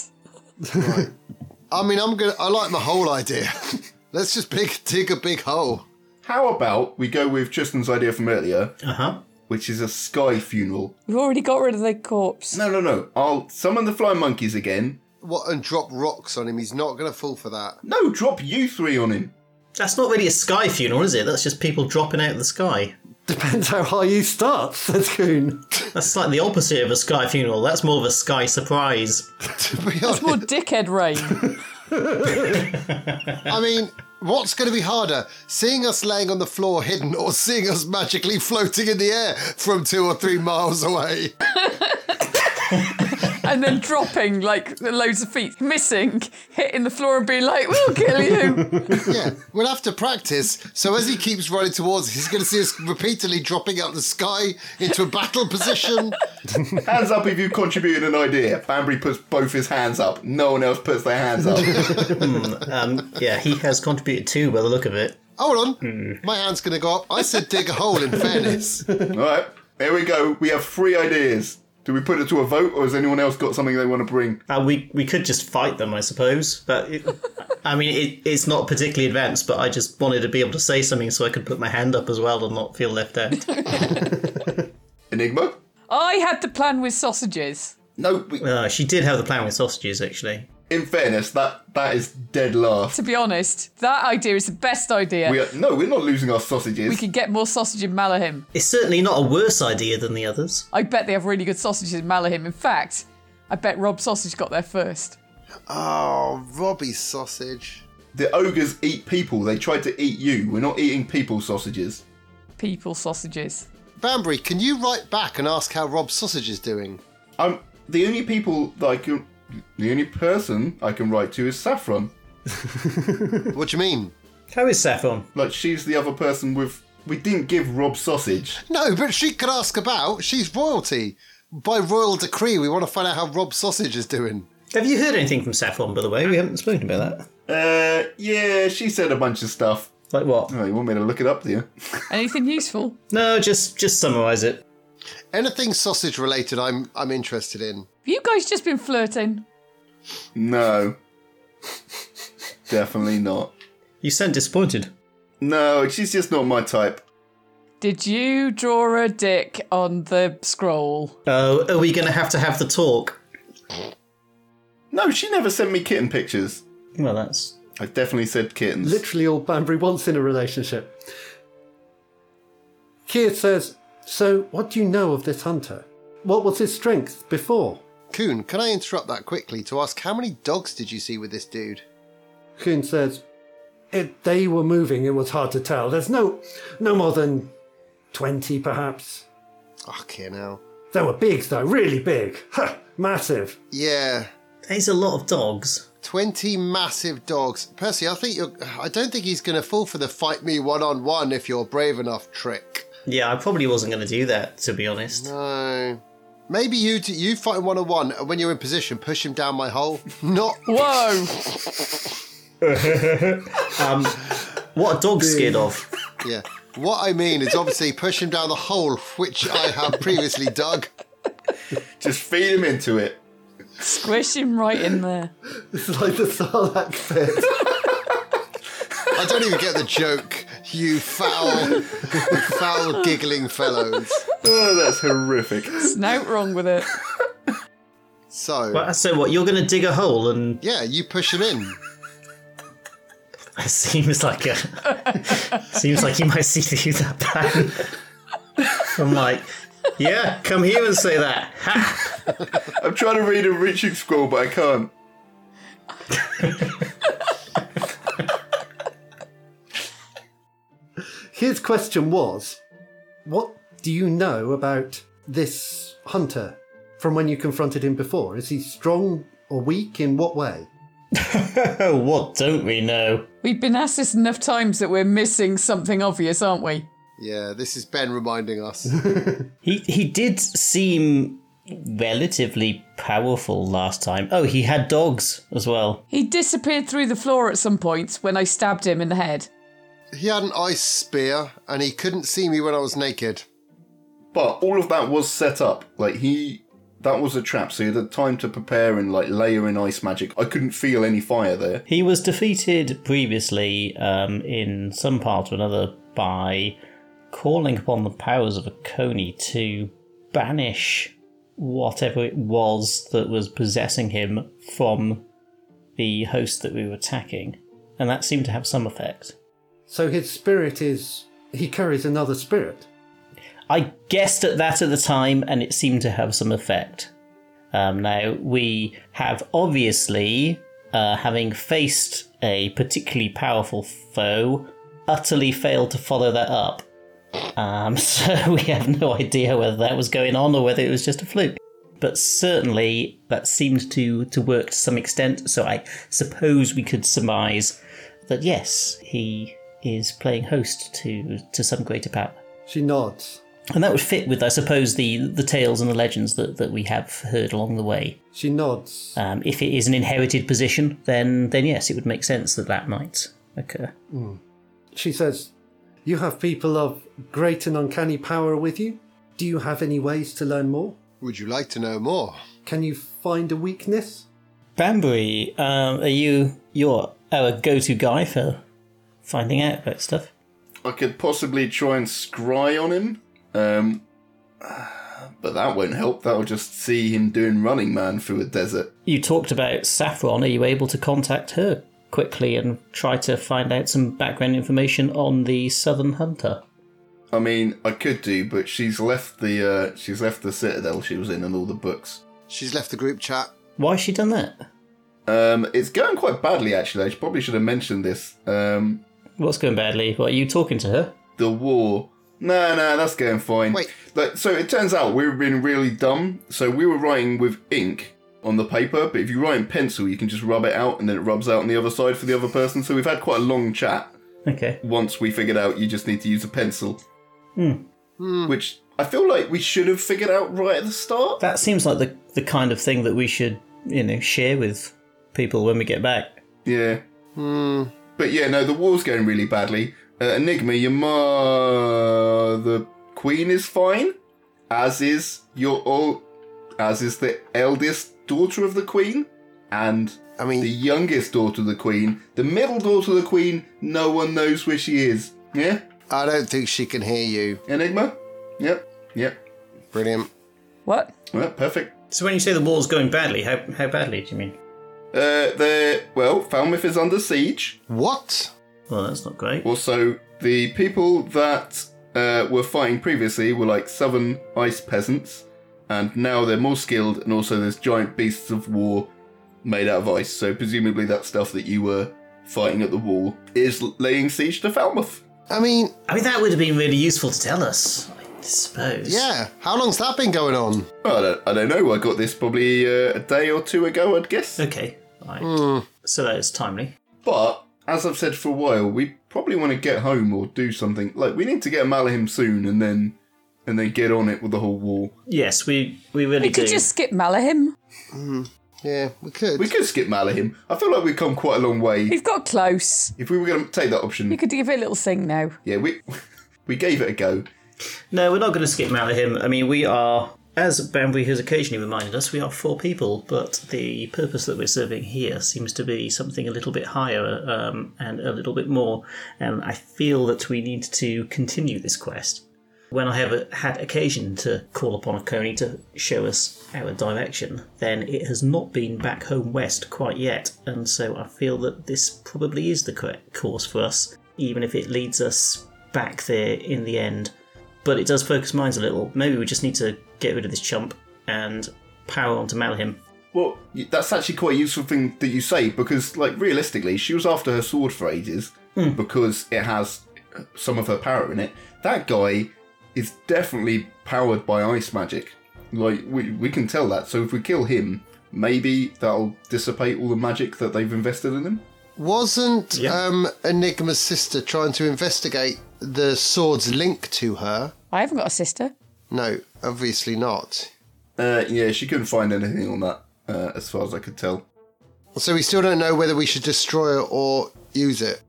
I mean, I'm going to, I like my whole idea. Let's just big, dig a big hole. How about we go with Tristan's idea from earlier, Uh huh. which is a sky funeral? We've already got rid of the corpse. No, no, no. I'll summon the flying monkeys again. What, and drop rocks on him. He's not going to fall for that. No, drop you three on him. That's not really a sky funeral, is it? That's just people dropping out of the sky. Depends how high you start, says Coon. That's like the opposite of a sky funeral. That's more of a sky surprise. To be honest. More dickhead rain. I mean, what's going to be harder? Seeing us laying on the floor hidden or seeing us magically floating in the air from two or three miles away? and then dropping like loads of feet, missing, hitting the floor and being like, we'll kill you. Yeah, we'll have to practice. So as he keeps running towards us, he's going to see us repeatedly dropping out the sky into a battle position. Hands up if you contributed an idea. Banbury puts both his hands up. No one else puts their hands up. Um, yeah, he has contributed too, by the look of it. Hold on, my hand's going to go up. I said dig a hole in fairness. All right, there we go. We have three ideas. Do we put it to a vote, or has anyone else got something they want to bring? Uh, we we could just fight them, I suppose. But it, I mean, it, it's not particularly advanced. But I just wanted to be able to say something so I could put my hand up as well and not feel left out. Enigma? I had the plan with sausages. No. We, Uh, she did have the plan with sausages, actually. in fairness, that that is dead last. To be honest, that idea is the best idea. We We, are, no, we're not losing our sausages. could get more sausage in Malahim. It's certainly not a worse idea than the others. I bet they have really good sausages in Malahim. In fact, I bet Rob Sausage got there first. Oh, Robbie sausage. The ogres eat people. They tried to eat you. We're not eating people sausages. People sausages. Banbury, can you write back and ask how Rob sausage is doing? I'm Um, the only people that I can. The only person I can write to is Saffron. What do you mean? How is Saffron? Like she's the other person with. We didn't give Rob sausage. No, but she could ask about. She's royalty. By royal decree, we want to find out how Rob Sausage is doing. Have you heard anything from Saffron, by the way? We haven't spoken about that. Uh, yeah, she said a bunch of stuff. Like what? Oh, you want me to look it up, do you? Anything useful? No, just just summarise it. Anything sausage related, I'm I'm interested in. Have you guys just been flirting? No. Definitely not. You sound disappointed. No, she's just not my type. Did you draw a dick on the scroll? Oh, are we going to have to have the talk? No, she never sent me kitten pictures. Well, that's I definitely said kittens. Literally all Banbury wants in a relationship. Keir says, So, what do you know of this hunter? What was his strength before? Coon, can I interrupt that quickly to ask how many dogs did you see with this dude? Kuhn says, it, They were moving, it was hard to tell. There's no, no more than 20, perhaps. Fucking hell. They were big, though, really big. Huh, massive. Yeah, There's a lot of dogs. 20 massive dogs. Percy, I think you're. I don't think he's going to fall for the fight me one on one if you're brave enough trick. Yeah, I probably wasn't going to do that, to be honest. No. Maybe you do, you fight him one on one, and when you're in position, push him down my hole. Not. Whoa! What are dogs scared of? yeah. What I mean is obviously push him down the hole, which I have previously dug. Just feed him into it. Squish him right in there. It's like the Sarlacc pit. I don't even get the joke, you foul, foul giggling fellows. Oh, that's horrific. There's no wrong with it. So, But so what? You're going to dig a hole, and yeah, you push him in. it seems like a seems like you might see through that plan. I'm like, yeah, come here and say that. Ha! I'm trying to read a reaching scroll, but I can't. His question was, What do you know about this hunter from when you confronted him before? Is he strong or weak? In what way? Oh, what don't we know? We've been asked this enough times that we're missing something obvious, aren't we? Yeah, this is Ben reminding us. He he did seem relatively powerful last time. Oh, he had dogs as well. He disappeared through the floor at some point when I stabbed him in the head. He had an ice spear, and he couldn't see me when I was naked. But all of that was set up. Like he, that was a trap. So he had time to prepare and like layer in ice magic. I couldn't feel any fire there. He was defeated previously um, in some part or another by calling upon the powers of a Coney to banish whatever it was that was possessing him from the host that we were attacking. And that seemed to have some effect. So his spirit is. He carries another spirit. I guessed at that at the time, and it seemed to have some effect. Um, now, we have obviously, uh, having faced a particularly powerful foe, utterly failed to follow that up. Um, so we have no idea whether that was going on or whether it was just a fluke. But certainly, that seemed to, to work to some extent, so I suppose we could surmise that yes, he is playing host to, to some greater power. She nods. And that would fit with, I suppose, the, the tales and the legends that, that we have heard along the way. She nods. Um, if it is an inherited position, then then yes, it would make sense that that might occur. She says, You have people of great and uncanny power with you. Do you have any ways to learn more? Would you like to know more? Can you find a weakness? Banbury, um, are you you're our go-to guy for finding out about stuff? I could possibly try and scry on him, um, but that won't help. That'll just see him doing Running Man through a desert. You talked about Saffron. Are you able to contact her quickly and try to find out some background information on the Southern Hunter? I mean, I could do, but she's left the uh, she's left the citadel she was in and all the books. She's left the group chat. Why has she done that? Um, it's going quite badly, actually. I probably should have mentioned this. Um, What's going badly? What are you talking to her? the war. No, no, that's going fine. Wait. Like, so it turns out we've been really dumb. So we were writing with ink on the paper, but if you write in pencil, you can just rub it out and then it rubs out on the other side for the other person. So we've had quite a long chat Okay. once we figured out you just need to use a pencil. Which I feel like we should have figured out right at the start. That seems like the the kind of thing that we should, you know, share with people when we get back. Yeah. Hmm. But yeah, no, the war's going really badly. Uh, Enigma, your ma, the queen is fine, as is your old, as is the eldest daughter of the queen, and I mean- the youngest daughter of the queen, the middle daughter of the queen. No one knows where she is. Yeah, I don't think she can hear you. Enigma. Yep, yep. Brilliant. What? Well, perfect. So when you say the war's going badly, how how badly do you mean? Uh, they're, well, Falmouth is under siege. What? Well, that's not great. Also, the people that uh, were fighting previously were like southern ice peasants, and now they're more skilled, and also there's giant beasts of war made out of ice. So, presumably, that stuff that you were fighting at the wall is laying siege to Falmouth. I mean, I mean, that would have been really useful to tell us, I suppose. yeah. How long's that been going on? Well, I don't, I don't know. I got this probably uh, a day or two ago, I'd guess. Okay. Right. Hmm. So that is timely. But as I've said for a while, we probably want to get home or do something. Like we need to get Malahim soon, and then and then get on it with the whole wall. Yes, we we really We do. could just skip Malahim. Yeah, we could. We could skip Malahim. I feel like we've come quite a long way. We've got close. If we were going to take that option, You could give it a little sing now. yeah, we we gave it a go. No, we're not going to skip Malahim. I mean, we are, as Bambury has occasionally reminded us, we are four people, but the purpose that we're serving here seems to be something a little bit higher um, and a little bit more. And I feel that we need to continue this quest. When I have had occasion to call upon a coney to show us our direction, then it has not been back home west quite yet, and so I feel that this probably is the correct course for us, even if it leads us back there in the end but it does focus minds a little. Maybe we just need to get rid of this chump and power on to Malahim. Well, y- that's actually quite a useful thing that you say because, like, realistically, she was after her sword for ages because it has some of her power in it. That guy is definitely powered by ice magic. Like, we, we can tell that. So if we kill him, maybe that'll dissipate all the magic that they've invested in him. Wasn't Yeah. um, Enigma's sister trying to investigate the sword's link to her? I haven't got a sister. No, obviously not. Uh, yeah, she couldn't find anything on that, uh, as far as I could tell. So we still don't know whether we should destroy it or use it.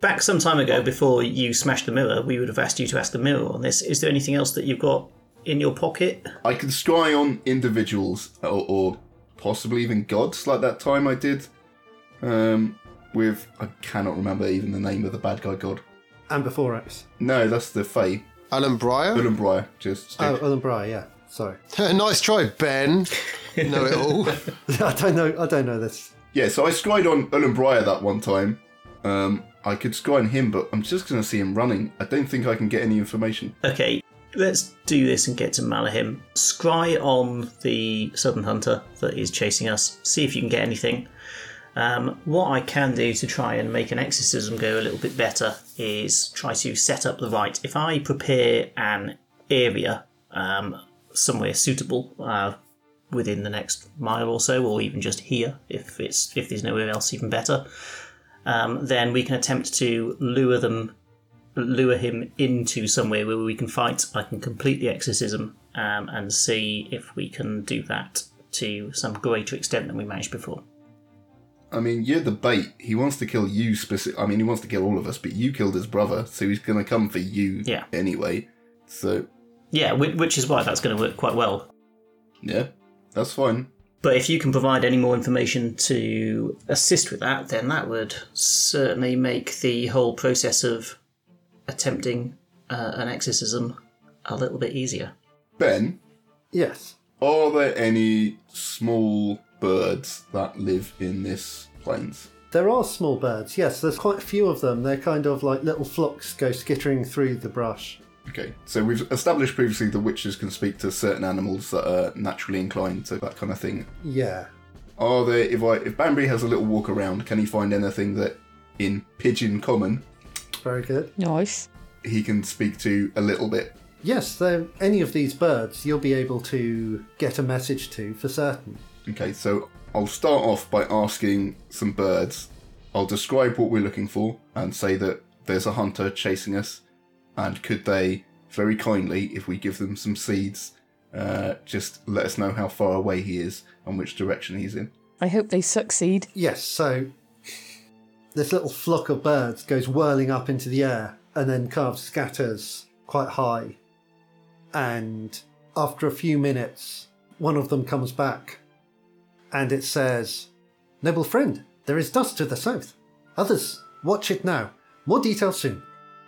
Back some time ago, before you smashed the mirror, we would have asked you to ask the mirror on this. Is there anything else that you've got in your pocket? I can scry on individuals or, or possibly even gods, like that time I did um, with I cannot remember even the name of the bad guy god. And before X. No, that's the Fae, Alan Breyer? Ulenbriar. Just Oh, Ellen Bry, yeah. Sorry. nice try, Ben. know it all. I don't know I don't know this. yeah. So I scried on Ulenbriar that one time. Um, I could scry on him, but I'm just gonna see him running. I don't think I can get any information. Okay, let's do this and get to Malahim. Scry on the southern hunter that is chasing us. See if you can get anything. Um, what I can do to try and make an exorcism go a little bit better is try to set up the right. If I prepare an area um, somewhere suitable uh, within the next mile or so, or even just here, if it's if there's nowhere else even better, um, then we can attempt to lure them lure him into somewhere where we can fight. I can complete the exorcism um, and see if we can do that to some greater extent than we managed before. I mean, you're the bait. He wants to kill you specific. I mean, he wants to kill all of us, but you killed his brother, so he's gonna come for you Yeah. anyway. So Yeah, whi- which is why that's going to work quite well. yeah, that's fine. But if you can provide any more information to assist with that, then that would certainly make the whole process of attempting uh, an exorcism a little bit easier. Ben, Yes. Are there any small birds that live in this plains? There are small birds, yes, there's quite a few of them. They're kind of like little flocks go skittering through the brush. Okay, so we've established previously the witches can speak to certain animals that are naturally inclined to that kind of thing. Yeah. Are there, if I, if Banbury has a little walk around, can he find anything that in Pigeon Common Very good. Nice. he can speak to a little bit? Yes, though any of these birds you'll be able to get a message to for certain. Okay, so I'll start off by asking some birds. I'll describe what we're looking for and say that there's a hunter chasing us, and could they, very kindly, if we give them some seeds, uh, just let us know how far away he is and which direction he's in. I hope they succeed. Yes, so this little flock of birds goes whirling up into the air and then kind of scatters quite high. And after a few minutes, one of them comes back and it says, Noble friend, there is dust to the south. Others, watch it now. More details soon.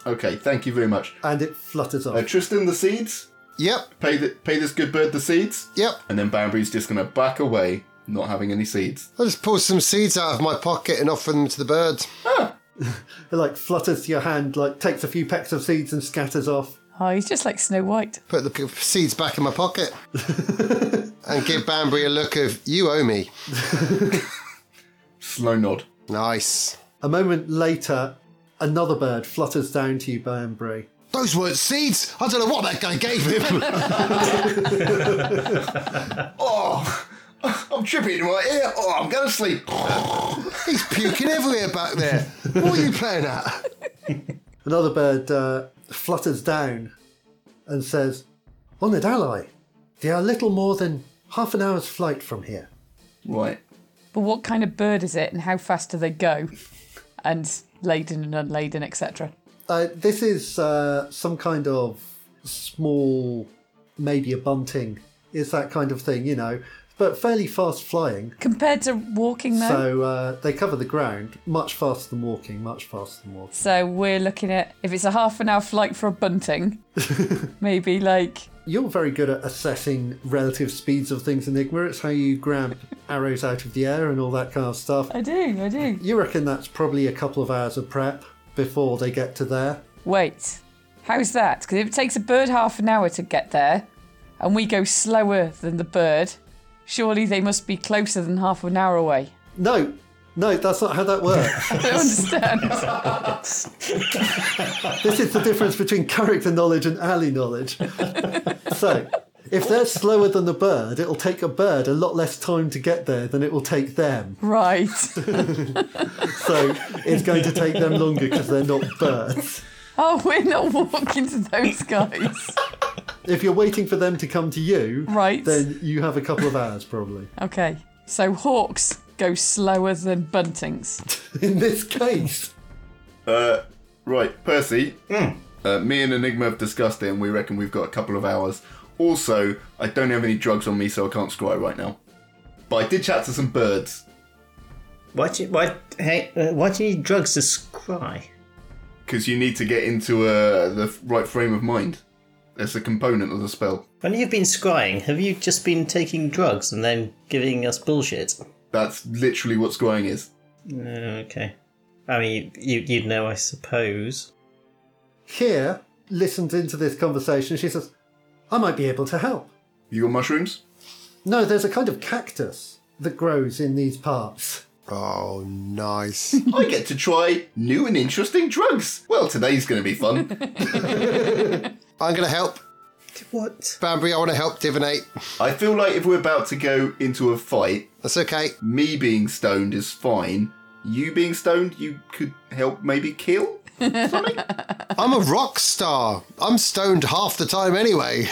Okay, thank you very much. And it flutters Uh, off. Tristan, the seeds. Yep, Pay the, pay this good bird the seeds, yep. and then Bambury's just gonna back away. not having any seeds. I just pull some seeds out of my pocket and offer them to the birds. It like flutters to your hand, like takes a few pecks of seeds and scatters off. Oh, he's just like Snow White. Put the p- seeds back in my pocket. and give Banbury a look of, you owe me. Slow nod. Nice. A moment later, another bird flutters down to you, Banbury. Those weren't seeds. I don't know what that guy gave him. Oh, I'm tripping in my ear. Oh, I'm going to sleep. He's puking everywhere back there. What are you playing at? Another bird uh, flutters down and says, Honoured ally, they are little more than half an hour's flight from here. right. But what kind of bird is it and how fast do they go? And laden and unladen, etc. Uh, this is uh, some kind of small, maybe a bunting. It's that kind of thing, you know, but fairly fast flying. Compared to walking, though? So uh, they cover the ground much faster than walking, much faster than walking. So we're looking at if it's a half an hour flight for a bunting, maybe like You're very good at assessing relative speeds of things, Enigma. It's how you grab arrows out of the air and all that kind of stuff. I do, I do. You reckon that's probably a couple of hours of prep before they get to there? Wait, how's that? Because if it takes a bird half an hour to get there, and we go slower than the bird, surely they must be closer than half an hour away. No, no, that's not how that works. I don't understand. this is the difference between character knowledge and alley knowledge. so, if they're slower than the bird, it'll take a bird a lot less time to get there than it will take them. right. So, it's going to take them longer because they're not birds. Oh, we're not walking to those guys. If you're waiting for them to come to you, Right. then you have a couple of hours probably. Okay. So hawks go slower than buntings. In this case, Uh, right, Percy. Uh, me and Enigma have discussed it, and we reckon we've got a couple of hours. Also, I don't have any drugs on me, so I can't scry right now. But I did chat to some birds Why do you, why, hey, uh, why do you need drugs to scry? because you need to get into uh, the right frame of mind. That's a component of the spell. When you've been scrying, have you just been taking drugs and then giving us bullshit? That's literally what scrying is. No, okay. I mean, you, you'd know, I suppose. here listens into this conversation. She says, I might be able to help. You got mushrooms? No, there's a kind of cactus that grows in these parts. Oh, nice. I get to try new and interesting drugs. Well, today's going to be fun. I'm going to help. What? Banbury, I want to help divinate. I feel like if we're about to go into a fight, That's okay. me being stoned is fine. You being stoned, you could help maybe kill something? I'm a rock star. I'm stoned half the time anyway.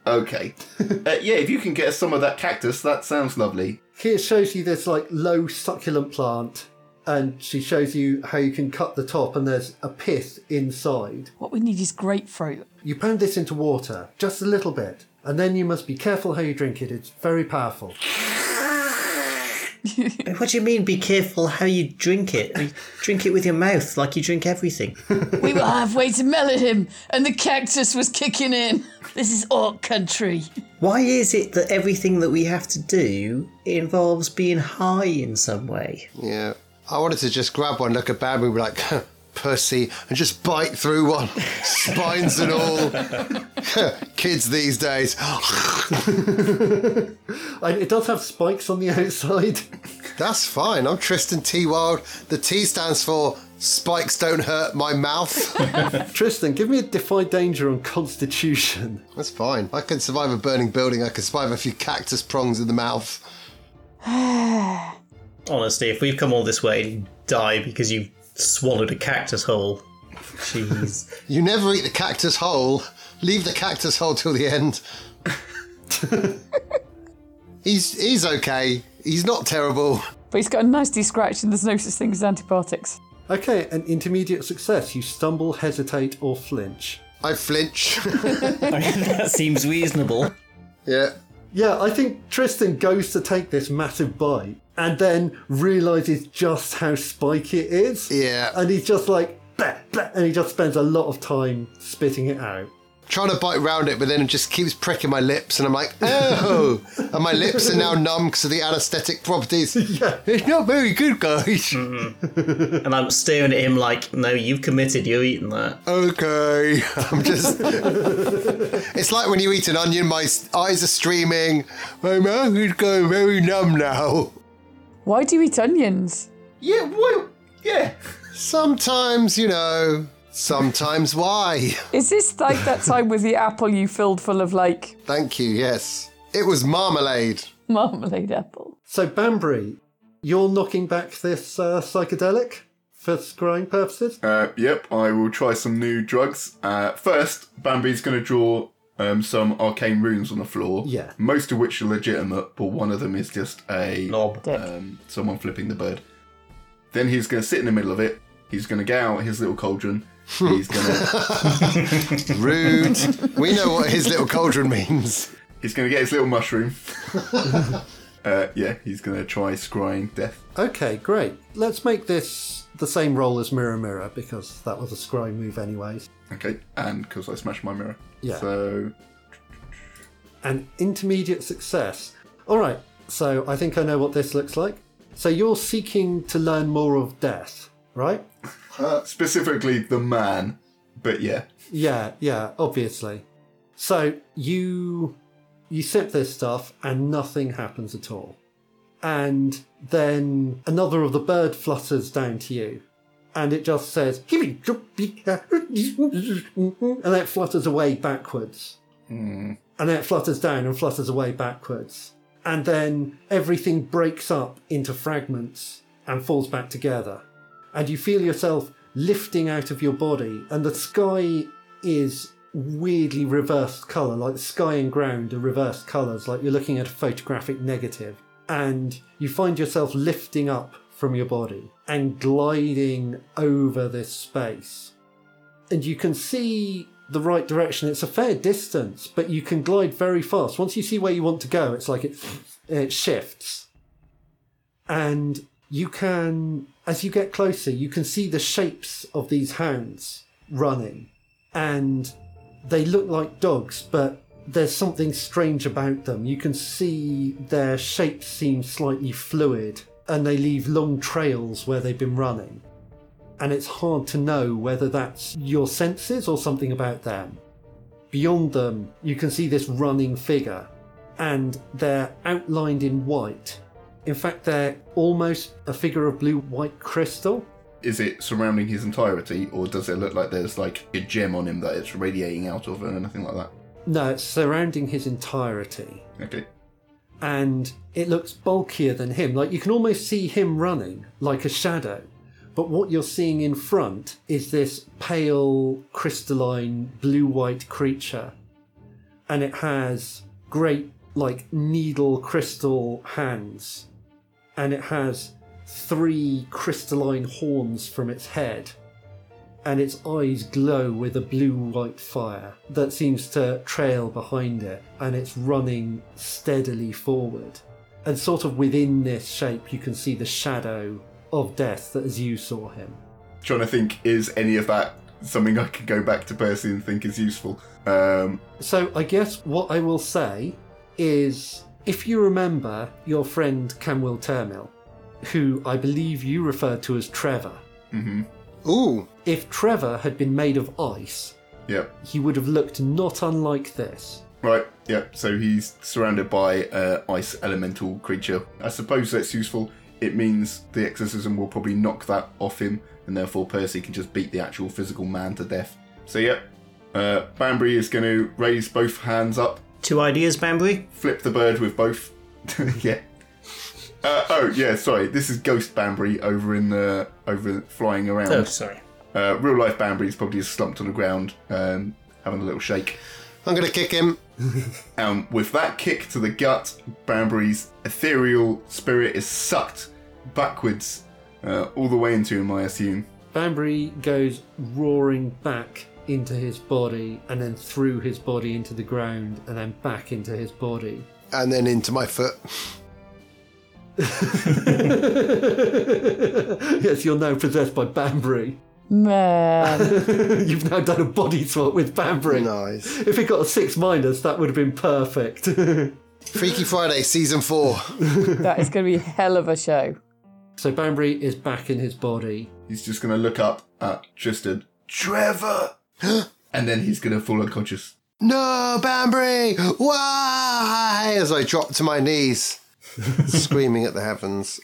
okay. Uh, yeah, if you can get us some of that cactus, that sounds lovely. Here shows you this like low succulent plant, and she shows you how you can cut the top, and there's a pith inside. What we need is grapefruit. You pound this into water, just a little bit, and then you must be careful how you drink it. It's very powerful. What do you mean, be careful how you drink it? You drink it with your mouth like you drink everything. We were halfway to Melodham, and the cactus was kicking in. This is orc country. Why is it that everything that we have to do involves being high in some way? Yeah. I wanted to just grab one, look at Banbury and be like, pussy, and just bite through one, spines and all. Kids these days. And it does have spikes on the outside. That's fine. I'm Tristan T. Wild. The T stands for spikes don't hurt my mouth. Tristan, give me a defy danger on Constitution. That's fine. I can survive a burning building. I can survive a few cactus prongs in the mouth. Honestly, if we've come all this way and die because you swallowed a cactus whole, jeez. You never eat the cactus whole. Leave the cactus whole till the end. he's he's okay. He's not terrible. But he's got a nasty scratch, and there's no such thing as antibiotics. Okay, an intermediate success. You stumble, hesitate, or flinch. I flinch. I mean, that seems reasonable. yeah. Yeah, I think Tristan goes to take this massive bite and then realizes just how spiky it is. Yeah. And he's just like, bleh, bleh, and he just spends a lot of time spitting it out. trying to bite round it, but then it just keeps pricking my lips, and I'm like, oh, and my lips are now numb because of the anaesthetic properties. Yeah. It's not very good, guys. And I'm staring at him like, no, you've committed, you're eating that. okay, I'm just. it's like when you eat an onion, my s- eyes are streaming, my mouth is going very numb now. Why do you eat onions? Yeah, well, yeah. Sometimes, you know, sometimes why? Is this like that time with the apple you filled full of like Thank you, yes. It was marmalade. marmalade apple? So, Banbury, you're knocking back this uh, psychedelic for scrying purposes. Uh, yep, I will try some new drugs. Uh, first, Bambi's going to draw um, some arcane runes on the floor. Yeah. Most of which are legitimate, but one of them is just a Knob. Dick. um, someone flipping the bird. Then he's going to sit in the middle of it. He's going to get out his little cauldron. He's going to Rude. we know what his little cauldron means. he's going to get his little mushroom. uh, yeah, he's going to try scrying death. Okay, great. Let's make this the same roll as Mirror Mirror because that was a scrying move, anyways. Okay, and because I smashed my mirror. Yeah. So An intermediate success. All right, so I think I know what this looks like. So, you're seeking to learn more of death, right? Uh, specifically the man, but yeah, Yeah, yeah, obviously. So you you sip this stuff and nothing happens at all. And then another of the bird flutters down to you and it just says and then it flutters away backwards. And then it flutters down and flutters away backwards. And then everything breaks up into fragments and falls back together and you feel yourself lifting out of your body, and the sky is weirdly reversed colour, like sky and ground are reversed colours, like you're looking at a photographic negative. And you find yourself lifting up from your body and gliding over this space. And you can see the right direction. It's a fair distance, but you can glide very fast. Once you see where you want to go, it's like it, it shifts and you can as you get closer you can see the shapes of these hounds running and they look like dogs but there's something strange about them you can see their shapes seem slightly fluid and they leave long trails where they've been running and it's hard to know whether that's your senses or something about them beyond them you can see this running figure and they're outlined in white in fact, they're almost a figure of blue white crystal. is it surrounding his entirety, or does it look like there's like a gem on him that it's radiating out of, or anything like that? No, it's surrounding his entirety. Okay. And it looks bulkier than him. Like you can almost see him running like a shadow. But what you're seeing in front is this pale, crystalline, blue white creature. And it has great, like, needle crystal hands. And it has three crystalline horns from its head. and its eyes glow with a blue white fire that seems to trail behind it, and it's running steadily forward. And sort of within this shape, you can see the shadow of death that as you saw him. Trying to think, is any of that something I could go back to Percy and think is useful? Um, So, I guess what I will say is if you remember your friend Camwell Termill, who I believe you referred to as Trevor, Ooh, if Trevor had been made of ice, yep. he would have looked not unlike this. Right. Yep. So he's surrounded by uh, ice elemental creature. I suppose that's useful. It means the exorcism will probably knock that off him, and therefore Percy can just beat the actual physical man to death. So yep. Uh, Banbury is going to raise both hands up Two ideas, Bambury. flip the bird with both. yeah. Uh, oh yeah, sorry. This is Ghost Banbury over in the over flying around. Oh, sorry. Uh, real life Banbury's probably just slumped on the ground, um, having a little shake. I'm going to kick him. Um, with that kick to the gut, Banbury's ethereal spirit is sucked backwards, uh, all the way into him, I assume. Banbury goes roaring back into his body and then through his body into the ground and then back into his body. and then into my foot. yes, you're now possessed by Banbury. Man. You've now done a body swap with Bambry. Nice. If it got a six minus, that would have been perfect. Freaky Friday, season four. that is going to be a hell of a show. so Bambry is back in his body. He's just gonna look up at Tristan. Trevor! and then he's gonna fall unconscious. No, Bambury! Why? As I drop to my knees, screaming at the heavens.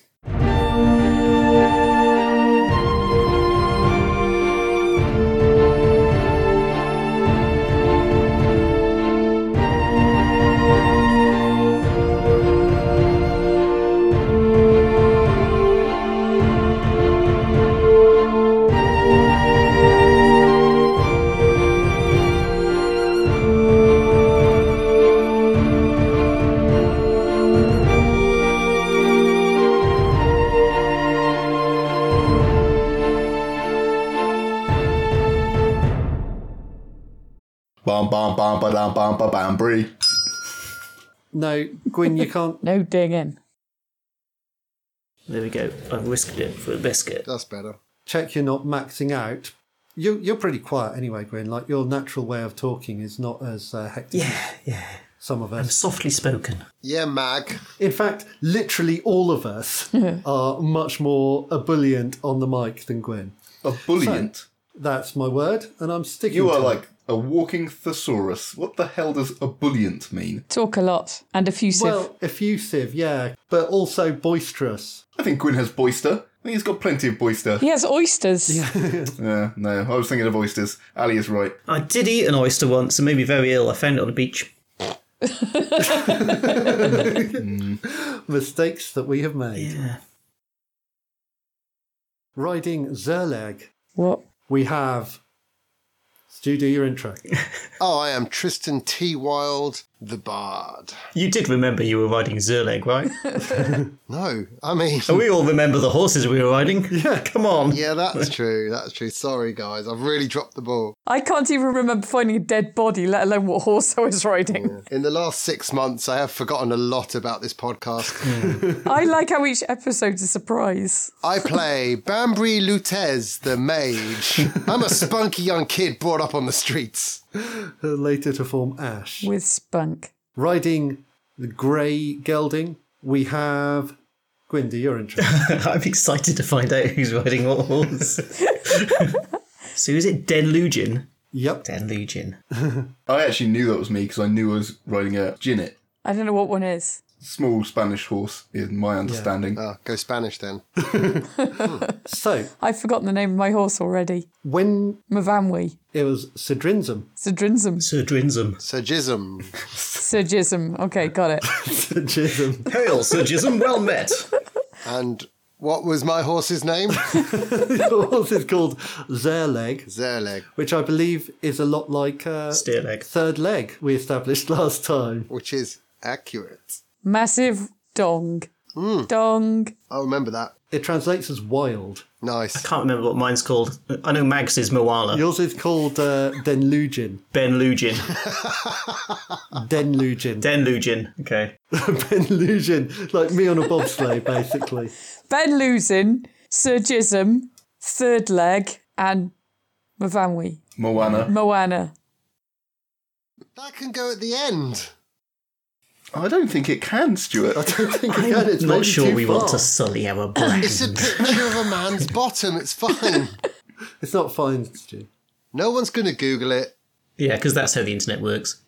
Bam bam bam ba dam bam ba bam bree. No, Gwyn, you can't. No dinging. There we go. I've risked it for a biscuit. That's better. check you're not maxing out. You, you're pretty quiet anyway, Gwyn. Like your natural way of talking is not as uh, hectic as Yeah, yeah. some of us. Softly spoken. Yeah, Mag. In fact, literally all of us are much more ebullient on the mic than Gwyn. A bullient. That's my word, and I'm sticking. you are to it. like a walking thesaurus. What the hell does a bullient mean? Talk a lot and effusive. well effusive, yeah, but also boisterous. I think Gwyn has boister. I think he's got plenty of boister. he has oysters. Yeah, no, I was thinking of oysters. Ali is right. I did eat an oyster once and made me very ill. I found it on a beach. Mistakes that we have made. Yeah. Riding Zerleg, What? we have. Stu, do your intro. Oh, I am Tristan T. Wilde, the Bard. You did remember you were riding Zerleg, right? No, I mean, And we all remember the horses we were riding. Yeah. Come on. yeah, that's true. That's true. Sorry, guys. I've really dropped the ball. I can't even remember finding a dead body, let alone what horse I was riding. In the last six months, I have forgotten a lot about this podcast. I like how each episode's a surprise. I play Bambry Lutez, the mage. I'm a spunky young kid brought up on the streets. Later to form Ash. With spunk. riding the grey gelding, we have Gwynda, you're interested. I'm excited to find out who's riding what horse. so is it Denlugin? yep. Denlugin. I actually knew that was me because I knew I was riding a ginnet, I don't know what one is. small Spanish horse, in my understanding. Oh, go Spanish then. So I've forgotten the name of my horse already. when Mavanwi. it was Sidrinzum, Sidrinsum. Sir Drinsum. Sergism. Sidgism. Okay, got it. Sidrism, Hail, Sir Jism. Well met. And what was my horse's name? the horse is called Zerleg, Zerleg, which I believe is a lot like uh, Steerleg. third leg we established last time. which is accurate. Massive dong. Dong. I remember that. It translates as wild. Nice. Can't remember what mine's called. I know Mags is Moala. Yours is called uh, Denlugin. Benlugin. Ah. Denlugin. Denlugin. Okay. Benlugin. Like me on a bobsleigh, basically. Ben losing. Sidgism. Third leg. And Mavanwi. Mm-hmm. Moana. Moana. That can go at the end. I don't think it can, Stuart. I don't think we can. It's Not maybe sure too we want far. to sully our brand. It's a picture of a man's bottom. It's fine. It's not fine, Stu. No one's going to Google it. yeah, because that's how the internet works.